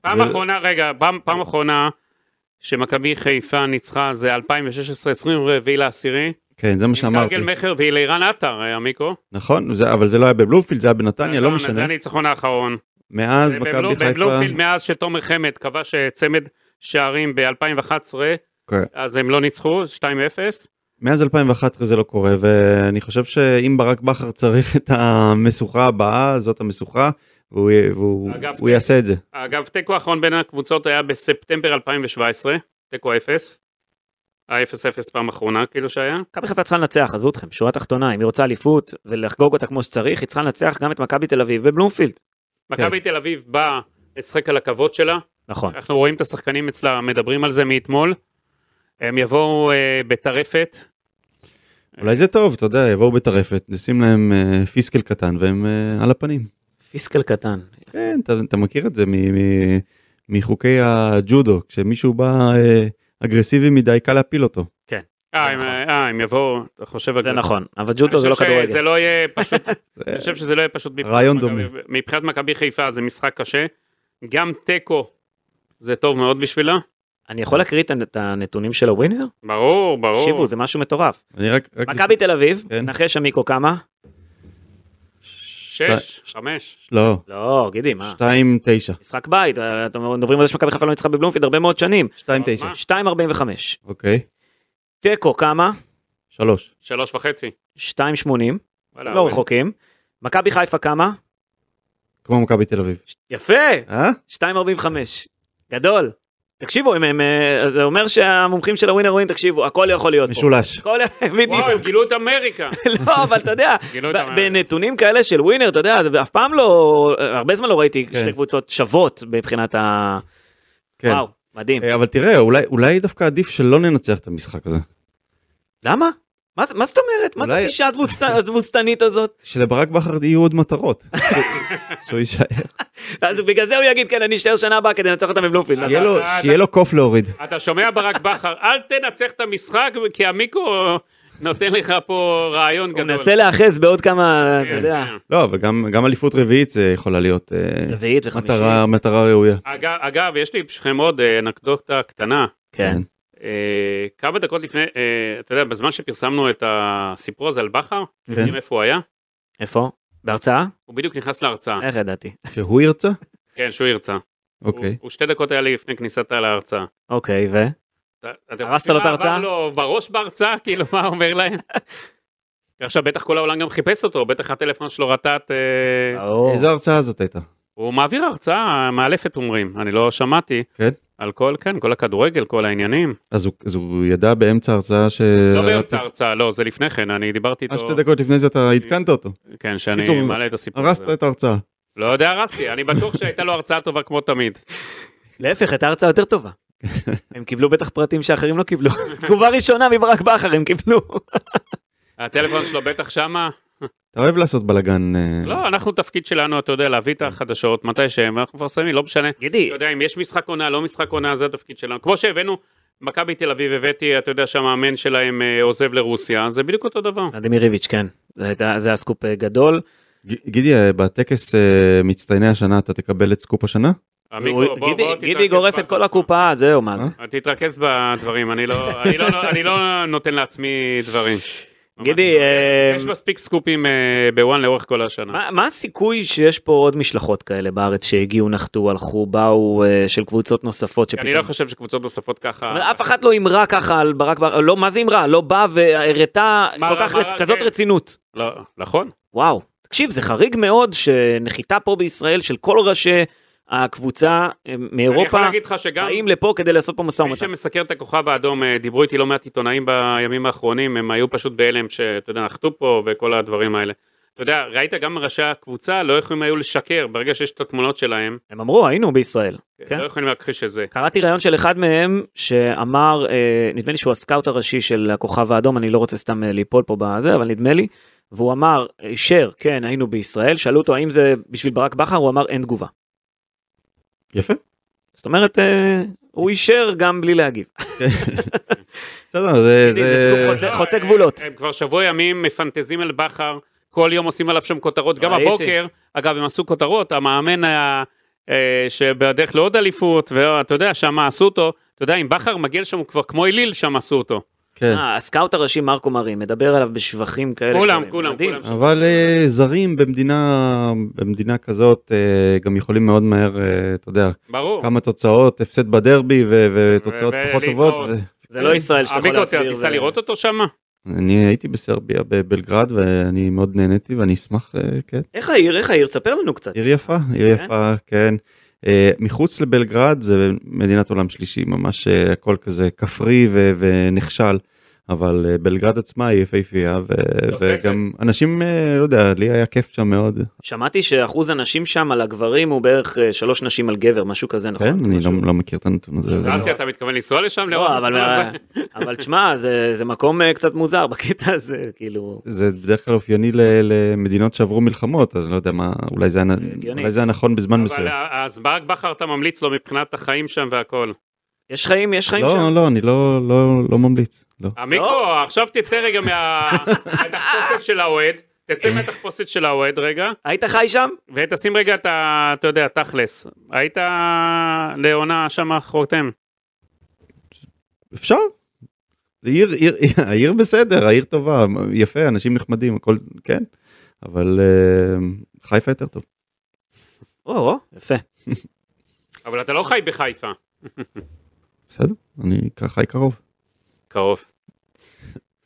S3: פעם
S2: זה-
S3: אחרונה, רגע, פעם- פעם אחרונה שמכבי חיפה ניצחה זה 2016, 24 לעשירי.
S2: כן זה מה
S3: עם
S2: שאמרתי
S3: קרגל מכר והיא לאירן עטר, אה, עמיקו.
S2: נכון זה אבל זה לא היה בבלומפילד זה היה בנתניה לא
S3: נכון, אז זה
S2: משנה
S3: הניצחון האחרון.
S2: מאז מכבי
S3: בבלו-
S2: חיפה
S3: בבלומפילד מאז שתומר חמד כבש אה, צמד שערים ב-2011,
S2: כן.
S3: אז הם לא ניצחו, 2-0.
S2: מאז 2011 זה לא קורה ואני חושב שאם ברק בכר צריך את המשוכה הבאה זאת המשוכה והוא, י- והוא
S3: אגב,
S2: הוא
S3: כן.
S2: יעשה את זה.
S3: אגב, תיקו האחרון בין הקבוצות היה בספטמבר 2017, תיקו 0. היה 0-0 פעם אחרונה כאילו
S2: כן.
S3: שהיה.
S1: מכבי חיפה צריכה לנצח, עזבו אתכם, שורה תחתונה, אם היא רוצה אליפות ולחגוג אותה כמו שצריך, היא צריכה לנצח גם את מכבי תל אביב בבלומפילד.
S3: מכבי תל אביב באה לשחק על הכבוד שלה,
S1: נכון.
S3: אנחנו רואים את השחקנים אצלה, מדברים על זה מאתמול. הם יבואו אה, בטרפת,
S2: אולי זה טוב אתה יודע יבואו בטרפת נשים להם אה, פיסקל קטן והם אה, על הפנים.
S1: פיסקל קטן.
S2: כן אתה, אתה מכיר את זה מ, מ, מחוקי הג'ודו כשמישהו בא אה, אגרסיבי מדי קל להפיל אותו.
S3: אה,
S1: זה
S3: הם-
S1: נכון.
S3: אה, הם יבואו, אתה חושב...
S1: זה
S3: אגב.
S1: נכון, אבל
S3: אני
S1: ג'ודו זה
S3: חושב
S1: לא
S3: שזה
S1: כדורגל.
S3: לא יהיה פשוט,
S2: זה-
S3: אני חושב שזה לא יהיה פשוט. מבחינת
S2: רעיון
S3: מכבי- מבחינת מכבי חיפה זה משחק קשה. גם תיקו זה טוב מאוד בשבילה.
S1: אני יכול להקריא את הנ- את הנתונים של הווינר?
S3: ברור, ברור.
S1: תקשיבו, זה משהו מטורף.
S2: אני רק, רק
S1: מכבי תל אביב,
S2: כן.
S1: נחש עמיקו כמה?
S3: שש, חמש.
S2: לא
S1: לא, גידי, מה?
S2: 2 9
S1: משחק בית, אה, אתם מדברים על זה שמכבי חיפה לא ניצחה בבלומפילד הרבה מאוד שנים.
S2: 2
S3: אז
S2: 9
S3: מה?
S1: 2.45.
S2: אוקיי
S1: תיקו כמה?
S2: 3
S3: שלוש וחצי.
S1: 2.80.
S3: וואלה,
S1: לא
S3: אבל-
S1: רחוקים. מכבי חיפה כמה?
S2: כמו מכבי תל אביב.
S1: יפה!
S2: אה?
S1: 2.45. גדול. תקשיבו, הם, הם, אה, זה אומר שהמומחים של הווינר ווין, תקשיבו, הכל יכול להיות פה.
S2: משולש.
S1: הכל,
S3: וואו, הם
S1: בדיוק.
S3: גילו את אמריקה.
S1: לא, אבל אתה יודע,
S3: גילו את
S1: ב-
S3: אמריקה.
S1: בנתונים כאלה של ווינר, אתה יודע, זה אף פעם לא, הרבה זמן לא ראיתי
S2: כן.
S1: שתי קבוצות שוות מבחינת ה...
S2: כן.
S1: וואו, מדהים.
S2: אה, אבל תראה אולי אולי דווקא עדיף שלא ננצח את המשחק הזה.
S1: למה? מה זה- מה זאת אומרת? מה זאת
S2: אולי-
S1: הגישה התבוס- התבוסתנית הזאת?
S2: שלברק בכר יהיו עוד מטרות. שהוא- שהוא יישאר.
S1: אז בגלל זה הוא יגיד, כן, אני אשאר שנה הבאה כדי לנצח אותם בבלומפילד.
S2: שיהיה לו-
S3: אתה-
S2: שיהיה לו קוף להוריד.
S3: אתה שומע ברק בכר, אל תנצח את המשחק, כי המיקרו נותן לך פה רעיון
S1: הוא
S3: גדול.
S1: מנסה להאחז בעוד כמה, אתה
S3: כן,
S1: יודע,
S3: כן.
S2: לא אבל גם גם אליפות רביעית זה יכולה להיות אה,
S1: רביעית וחמישית.
S2: מטרה מטרה ראויה.
S3: אגב- אגב, יש לי בשבילכם עוד אה, אנקדוטה קטנה.
S1: כן.
S3: אה, כמה דקות לפני, אה, אתה יודע, בזמן שפרסמנו את הסיפור הזה על בכר,
S2: כן.
S3: אתם יודעים איפה הוא היה?
S1: איפה? בהרצאה?
S3: הוא בדיוק נכנס להרצאה,
S2: אה.
S1: איך ידעתי?
S2: שהוא ירצה?
S3: כן, שהוא ירצה.
S2: אוקיי.
S3: הוא- הוא שתי דקות היה לי לפני כניסתה להרצאה.
S1: אוקיי, ו?
S3: אתה- אתם
S1: הרסת
S3: יודעים
S1: לו את
S3: מה
S1: ההרצאה?
S3: עבר לו בראש בהרצאה, כאילו, מה הוא אומר להם? עכשיו בטח כל העולם גם חיפש אותו, בטח הטלפון שלו רטט, אה,
S1: ברור.
S2: איזה הרצאה זאת הייתה?
S3: הוא מעביר הרצאה מאלפת אומרים, אני לא שמעתי.
S2: כן.
S3: על כל, כן, כל הכדורגל, כל העניינים.
S2: אז הוא- אז הוא ידע באמצע ההרצאה ש...
S3: לא באמצע ההרצאה, לא, זה לפני כן, אני דיברתי
S2: אה,
S3: איתו,
S2: שתי דקות לפני זה אתה עדכנת אותו.
S3: כן, שאני
S2: קיצור,
S3: מעלה את הסיפור
S2: הרסת
S3: הזה.
S2: את ההרצאה.
S3: לא יודע, הרסתי, אני בטוח שהייתה לו הרצאה טובה כמו תמיד.
S1: להפך, הייתה הרצאה יותר טובה. הם קיבלו בטח פרטים שאחרים לא קיבלו. תגובה ראשונה מברק בכר הם קיבלו.
S3: הטלפון שלו בטח שמה.
S2: אתה אוהב לעשות בלאגן. אה,
S3: לא, אנחנו, תפקיד שלנו, אתה יודע, להביא את החדשות מתי שהם, אנחנו מפרסמים, לא משנה.
S1: גידי,
S3: אתה יודע, אם יש משחק עונה, לא משחק עונה, זה התפקיד שלנו. כמו שהבאנו, מכבי תל אביב, הבאתי, אתה יודע, שהמאמן שלהם אה, עוזב לרוסיה, זה בדיוק אותו דבר.
S1: ולדימיר איביץ', כן. זה הייתה- זה היה סקופ אה, גדול.
S2: ג- גידי, אה, בטקס אה, מצטייני השנה אתה תקבל את סקופ השנה?
S3: המיקרו,
S1: הוא-
S3: בוא-
S1: גידי-
S3: בוא,
S1: גידי
S3: תתרכז
S1: גורף את
S3: בעצמך.
S1: כל הקופה, זהו, מה
S2: אה?
S1: זה.
S3: תתרכז בדברים, אני לא, אני לא, אני לא נותן לעצמי דברים. ממש
S1: גידי,
S3: לא.
S1: אה,
S3: יש מספיק סקופים אה, בוואן לאורך כל השנה.
S1: מה מה הסיכוי שיש פה עוד משלחות כאלה בארץ שהגיעו, נחתו, הלכו, באו, אה, של קבוצות נוספות
S3: אני לא
S1: שפתאום...
S3: חושב שקבוצות נוספות
S1: זאת
S3: ככה...
S1: אומרת, אף אחת לא אמרה ככה על ברק בכר, לא, מה זה אמרה? לא באה והראתה
S3: מה
S1: כל
S3: רע,
S1: כך
S3: מה
S1: רצ-
S3: רע,
S1: כזאת
S3: כן.
S1: רצינות.
S3: לא, נכון.
S1: וואו, תקשיב, זה חריג מאוד שנחיתה פה בישראל של כל ראשי הקבוצה אה,
S3: אני יכול
S1: מאירופה,
S3: להגיד לך שגם
S1: באים לפה כדי לעשות פה משא
S3: מי
S1: ומתן.
S3: שמסקר את הכוכב האדום, אה, דיברו איתי לא מעט עיתונאים בימים האחרונים, הם היו פשוט בהלם שאתה יודע, נחתו פה וכל הדברים האלה. אתה יודע, ראית גם ראשי הקבוצה לא יכולים היו לשקר ברגע שיש את התמונות שלהם,
S1: הם אמרו, היינו בישראל. כן.
S3: לא יכולים להכחיש את זה.
S1: קראתי ראיון של אחד מהם שאמר, אה, נדמה לי שהוא הסקאוט הראשי של הכוכב האדום, אני לא רוצה סתם אה, ליפול פה בזה, אבל נדמה לי, והוא אמר, אישר, כן, היינו בישראל, שאלו אותו האם זה בשביל ברק בכר, הוא אמר, אין תגובה.
S2: יפה.
S1: זאת אומרת, אה, הוא אישר גם בלי להגיב.
S2: בסדר, זה...
S1: גידי, זה סקופ חוצה- אה, חוצה גבולות.
S3: הם כבר שבוע ימים מפנטזים על בכר, כל יום עושים עליו שם כותרות, גם
S1: ראיתי.
S3: הבוקר, אגב, הם עשו כותרות, המאמן ה- אה, שבדרך לעוד אליפות, ואתה יודע, שם עשו אותו, אתה יודע, אם בכר מגיע לשם, הוא כבר כמו אליל, שם עשו אותו.
S2: כן.
S1: אה, הסקאוט הראשי מרקו מרי מדבר עליו בשבחים כאלה.
S3: כולם,
S1: שלהם.
S3: כולם,
S1: מדהים.
S3: כולם.
S2: אבל אה, זרים במדינה במדינה כזאת אה, גם יכולים מאוד מהר, אה, אתה יודע,
S3: ברור.
S2: כמה תוצאות, הפסד בדרבי ו- ותוצאות
S3: ו-
S2: פחות
S3: ולהתראות.
S2: טובות. ו-
S1: זה לא ישראל שאתה יכול
S3: אה, עמיקו,
S1: להסביר.
S3: תיסע
S1: ו-
S3: לראות אותו שם?
S2: אני הייתי בסרביה בבלגרד ואני מאוד נהניתי ואני אשמח, אה, כן.
S1: איך העיר, איך העיר, ספר לנו קצת.
S2: עיר יפה, עיר
S1: כן?
S2: יפה, כן. אה, מחוץ לבלגרד זה מדינת עולם שלישי, ממש אה, הכל כזה כפרי ו- ונחשל, אבל אה, בלגרד עצמה היא יפהפייה, ו-
S3: תוססת.
S2: וגם אנשים, אה, לא יודע, לי היה כיף שם מאוד.
S1: שמעתי שאחוז הנשים שם על הגברים הוא בערך אה, שלוש נשים על גבר, משהו כזה, נכון?
S2: כן, אני
S1: משהו-
S2: לא- לא מכיר את הנתון הזה. זה- לא-
S3: אסי, אתה מתכוון לנסוע לשם? לראות
S1: לא, אבל,
S3: אותו? אז-
S1: אבל תשמע, זה, זה מקום אה, קצת מוזר בקטע הזה, כאילו,
S2: זה בדרך כלל אופייני ל- למדינות שעברו מלחמות, אני לא יודע מה, אולי זה היה נ-
S1: הגיוני.
S2: אולי זה היה נכון בזמן
S3: אבל אה,
S2: מסוים.
S3: אז ברק בכר אתה ממליץ לו מבחינת החיים שם והכל.
S1: יש חיים, יש חיים שם.
S2: לא, לא, אני לא- לא לא ממליץ. לא.
S3: עמיקו, עכשיו תצא רגע מה- מהתחפושת של האוהד, תצא מהתחפושת של האוהד רגע,
S1: היית חי שם?
S3: ותשים רגע את ה... אתה יודע, תכלס. היית לעונה שם חותם.
S2: אפשר. זה עיר, עיר, העיר בסדר, העיר טובה, יפה, אנשים נחמדים, הכל, כן, אבל אה, חיפה יותר טוב.
S1: או, או, יפה.
S3: אבל אתה לא חי בחיפה.
S2: בסדר, אני כ- חי קרוב.
S3: קרוב.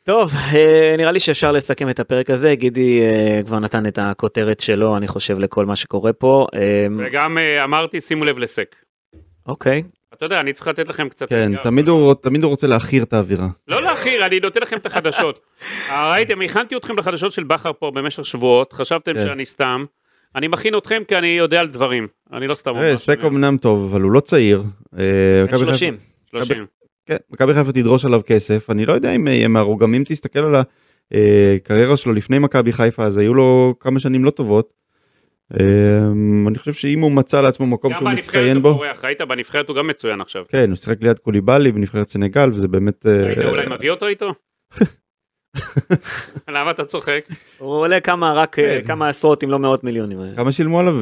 S1: טוב, אה, נראה לי שאפשר לסכם את הפרק הזה, גידי אה, כבר נתן את הכותרת שלו, אני חושב, לכל מה שקורה פה. אה,
S3: וגם אה, אמרתי, שימו לב לסק.
S1: אוקיי,
S3: אתה יודע, אני צריך לתת לכם קצת...
S2: כן,
S3: אתגר.
S2: תמיד הוא, תמיד הוא רוצה להכיר את האווירה.
S3: לא להכיר, אני נותן לכם את החדשות. אה, ראיתם, הכנתי אתכם לחדשות של בכר פה במשך שבועות, חשבתם
S2: כן.
S3: שאני סתם. אני מכין אתכם כי אני יודע על דברים. אני לא סתם אומר.
S2: תראה, סק אמנם טוב, אבל הוא לא צעיר.
S1: בן
S2: אה, מכבי חיפה-
S1: 30.
S3: 30.
S2: כן, מכבי חיפה תדרוש עליו כסף, אני לא יודע אם אה, הם מהרו, גם אם תסתכל על הקריירה שלו לפני מכבי חיפה, אז היו לו כמה שנים לא טובות. אה, אני חושב שאם הוא מצא לעצמו מקום
S3: גם
S2: שהוא
S3: בנבחרת
S2: מצטיין
S3: הוא
S2: בו...
S3: פורח, ראית? בנבחרת הוא גם מצוין עכשיו.
S2: כן, הוא שיחק ליד קוליבאלי בנבחרת סנגל, וזה באמת... אה,
S3: היית אולי מביא אותו איתו? למה אתה צוחק?
S1: הוא עולה כמה, רק אה,
S2: כן.
S1: כמה עשרות אם לא מאות מיליונים. אה,
S2: כמה שילמו עליו?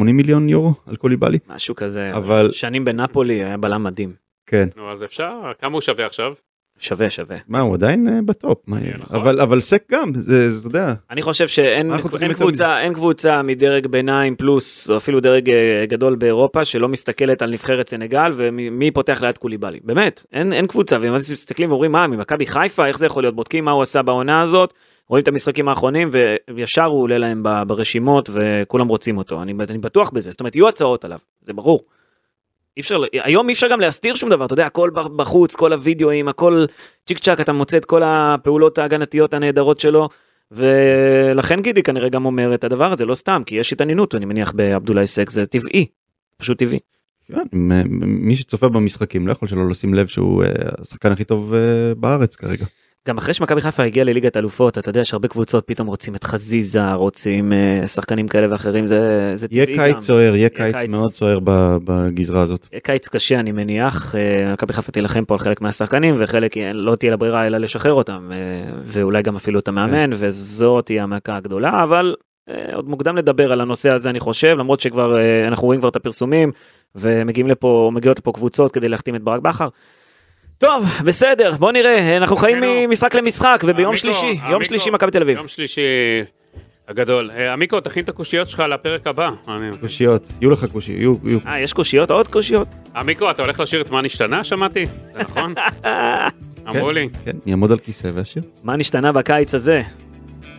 S2: 70-80 מיליון יורו על קוליבאלי?
S1: משהו כזה.
S2: אבל-
S1: שנים בנפולי, היה בלם מדהים.
S2: כן.
S3: נו, אז אפשר? כמה הוא שווה עכשיו?
S1: שווה, שווה.
S2: מה, הוא עדיין אה, בטופ. מה,
S3: כן, נכון.
S2: אבל אבל סק גם, זה, זה- אתה יודע,
S1: אני חושב שאין
S2: אנחנו צריכים
S1: אין
S2: יותר
S1: קבוצה, אין קבוצה מדרג ביניים פלוס או אפילו דרג אה, גדול באירופה שלא מסתכלת על נבחרת סנגל ומי מי פותח ליד קוליבאלי באמת אין, אין קבוצה ואז מסתכלים ואומרים מה ממכבי חיפה איך זה יכול להיות בודקים מה הוא עשה בעונה הזאת רואים את המשחקים האחרונים וישר הוא עולה להם ב- ברשימות וכולם רוצים אותו אני, אני בטוח בזה זאת אומרת יהיו הצעות עליו זה ברור. אי אפשר, היום אי אפשר גם להסתיר שום דבר, אתה יודע, הכל בחוץ, כל הוידאוים, הכל צ'יק צ'אק, אתה מוצא את כל הפעולות ההגנתיות הנהדרות שלו, ולכן גידי כנראה גם אומר את הדבר הזה, לא סתם, כי יש התעניינות, אני מניח, בעבדולאי סק זה טבעי, פשוט טבעי.
S2: כן, מ- מ- מי שצופה במשחקים לא יכול שלא לשים לב שהוא אה, השחקן הכי טוב אה, בארץ כרגע.
S1: גם אחרי שמכבי חיפה הגיעה לליגת אלופות, אתה יודע שהרבה קבוצות פתאום רוצים את חזיזה, רוצים אה, שחקנים כאלה ואחרים, זה, זה
S2: יהיה
S1: טבעי גם.
S2: קיץ סוער, יהיה קיץ
S1: קיץ-
S2: מאוד סוער ב- בגזרה הזאת.
S1: קיץ קשה אני מניח, אה, מכבי חיפה תילחם פה על חלק מהשחקנים וחלק אה, לא תהיה לה ברירה אלא לשחרר אותם אה, ואולי גם אפילו את המאמן וזו תהיה המכה הגדולה אבל אה, עוד מוקדם לדבר על הנושא הזה אני חושב למרות שכבר אה, אנחנו רואים כבר את הפרסומים ומגיעים לפה מגיעות לפה קבוצות כדי להחתים את ברק בכר. טוב בסדר בוא נראה אנחנו חיים
S3: עמיקו.
S1: ממשחק למשחק וביום
S3: עמיקו,
S1: שלישי יום
S3: עמיקו,
S1: שלישי מכבי תל אביב.
S3: יום שלישי הגדול. אה, עמיקו, תכין את הקושיות שלך לפרק הבא. אני-
S2: קושיות, יהיו לך קושיות, יהיו, יהיו.
S1: אה יש קושיות עוד קושיות.
S3: עמיקו, אתה הולך לשיר את מה נשתנה, שמעתי? זה נכון? אמרו לי.
S2: כן, אני אעמוד על כיסא ואשיר.
S1: מה נשתנה בקיץ הזה?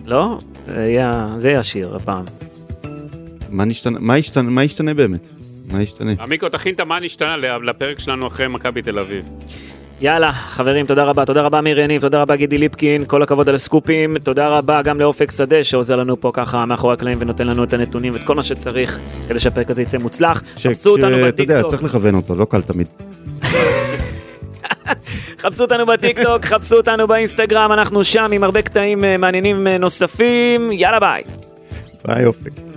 S1: לא? זה יהיה- זה יהיה השיר הפעם.
S2: מה נשתנה, מה ישתנה, מה ישתנה באמת? מה ישתנה?
S3: עמיקו, תכין את מה נשתנה לפרק שלנו אחרי מכבי תל אביב.
S1: יאללה, חברים, תודה רבה. תודה רבה מירי יניב, תודה רבה גידי ליפקין, כל הכבוד על הסקופים. תודה רבה גם לאופק שדה שעוזר לנו פה ככה מאחורי הקלעים ונותן לנו את הנתונים ואת כל מה שצריך כדי שהפרק הזה יצא מוצלח.
S2: ש-
S1: חפשו אותנו
S2: ש- אתה יודע,
S1: בטיקטוק,
S2: צריך לכוון אותו, לא קל תמיד.
S1: חפשו אותנו בטיקטוק, חפשו אותנו באינסטגרם, אנחנו שם עם הרבה קטעים אה, מעניינים אה, נוספים. יאללה ביי.
S2: ביי אופק.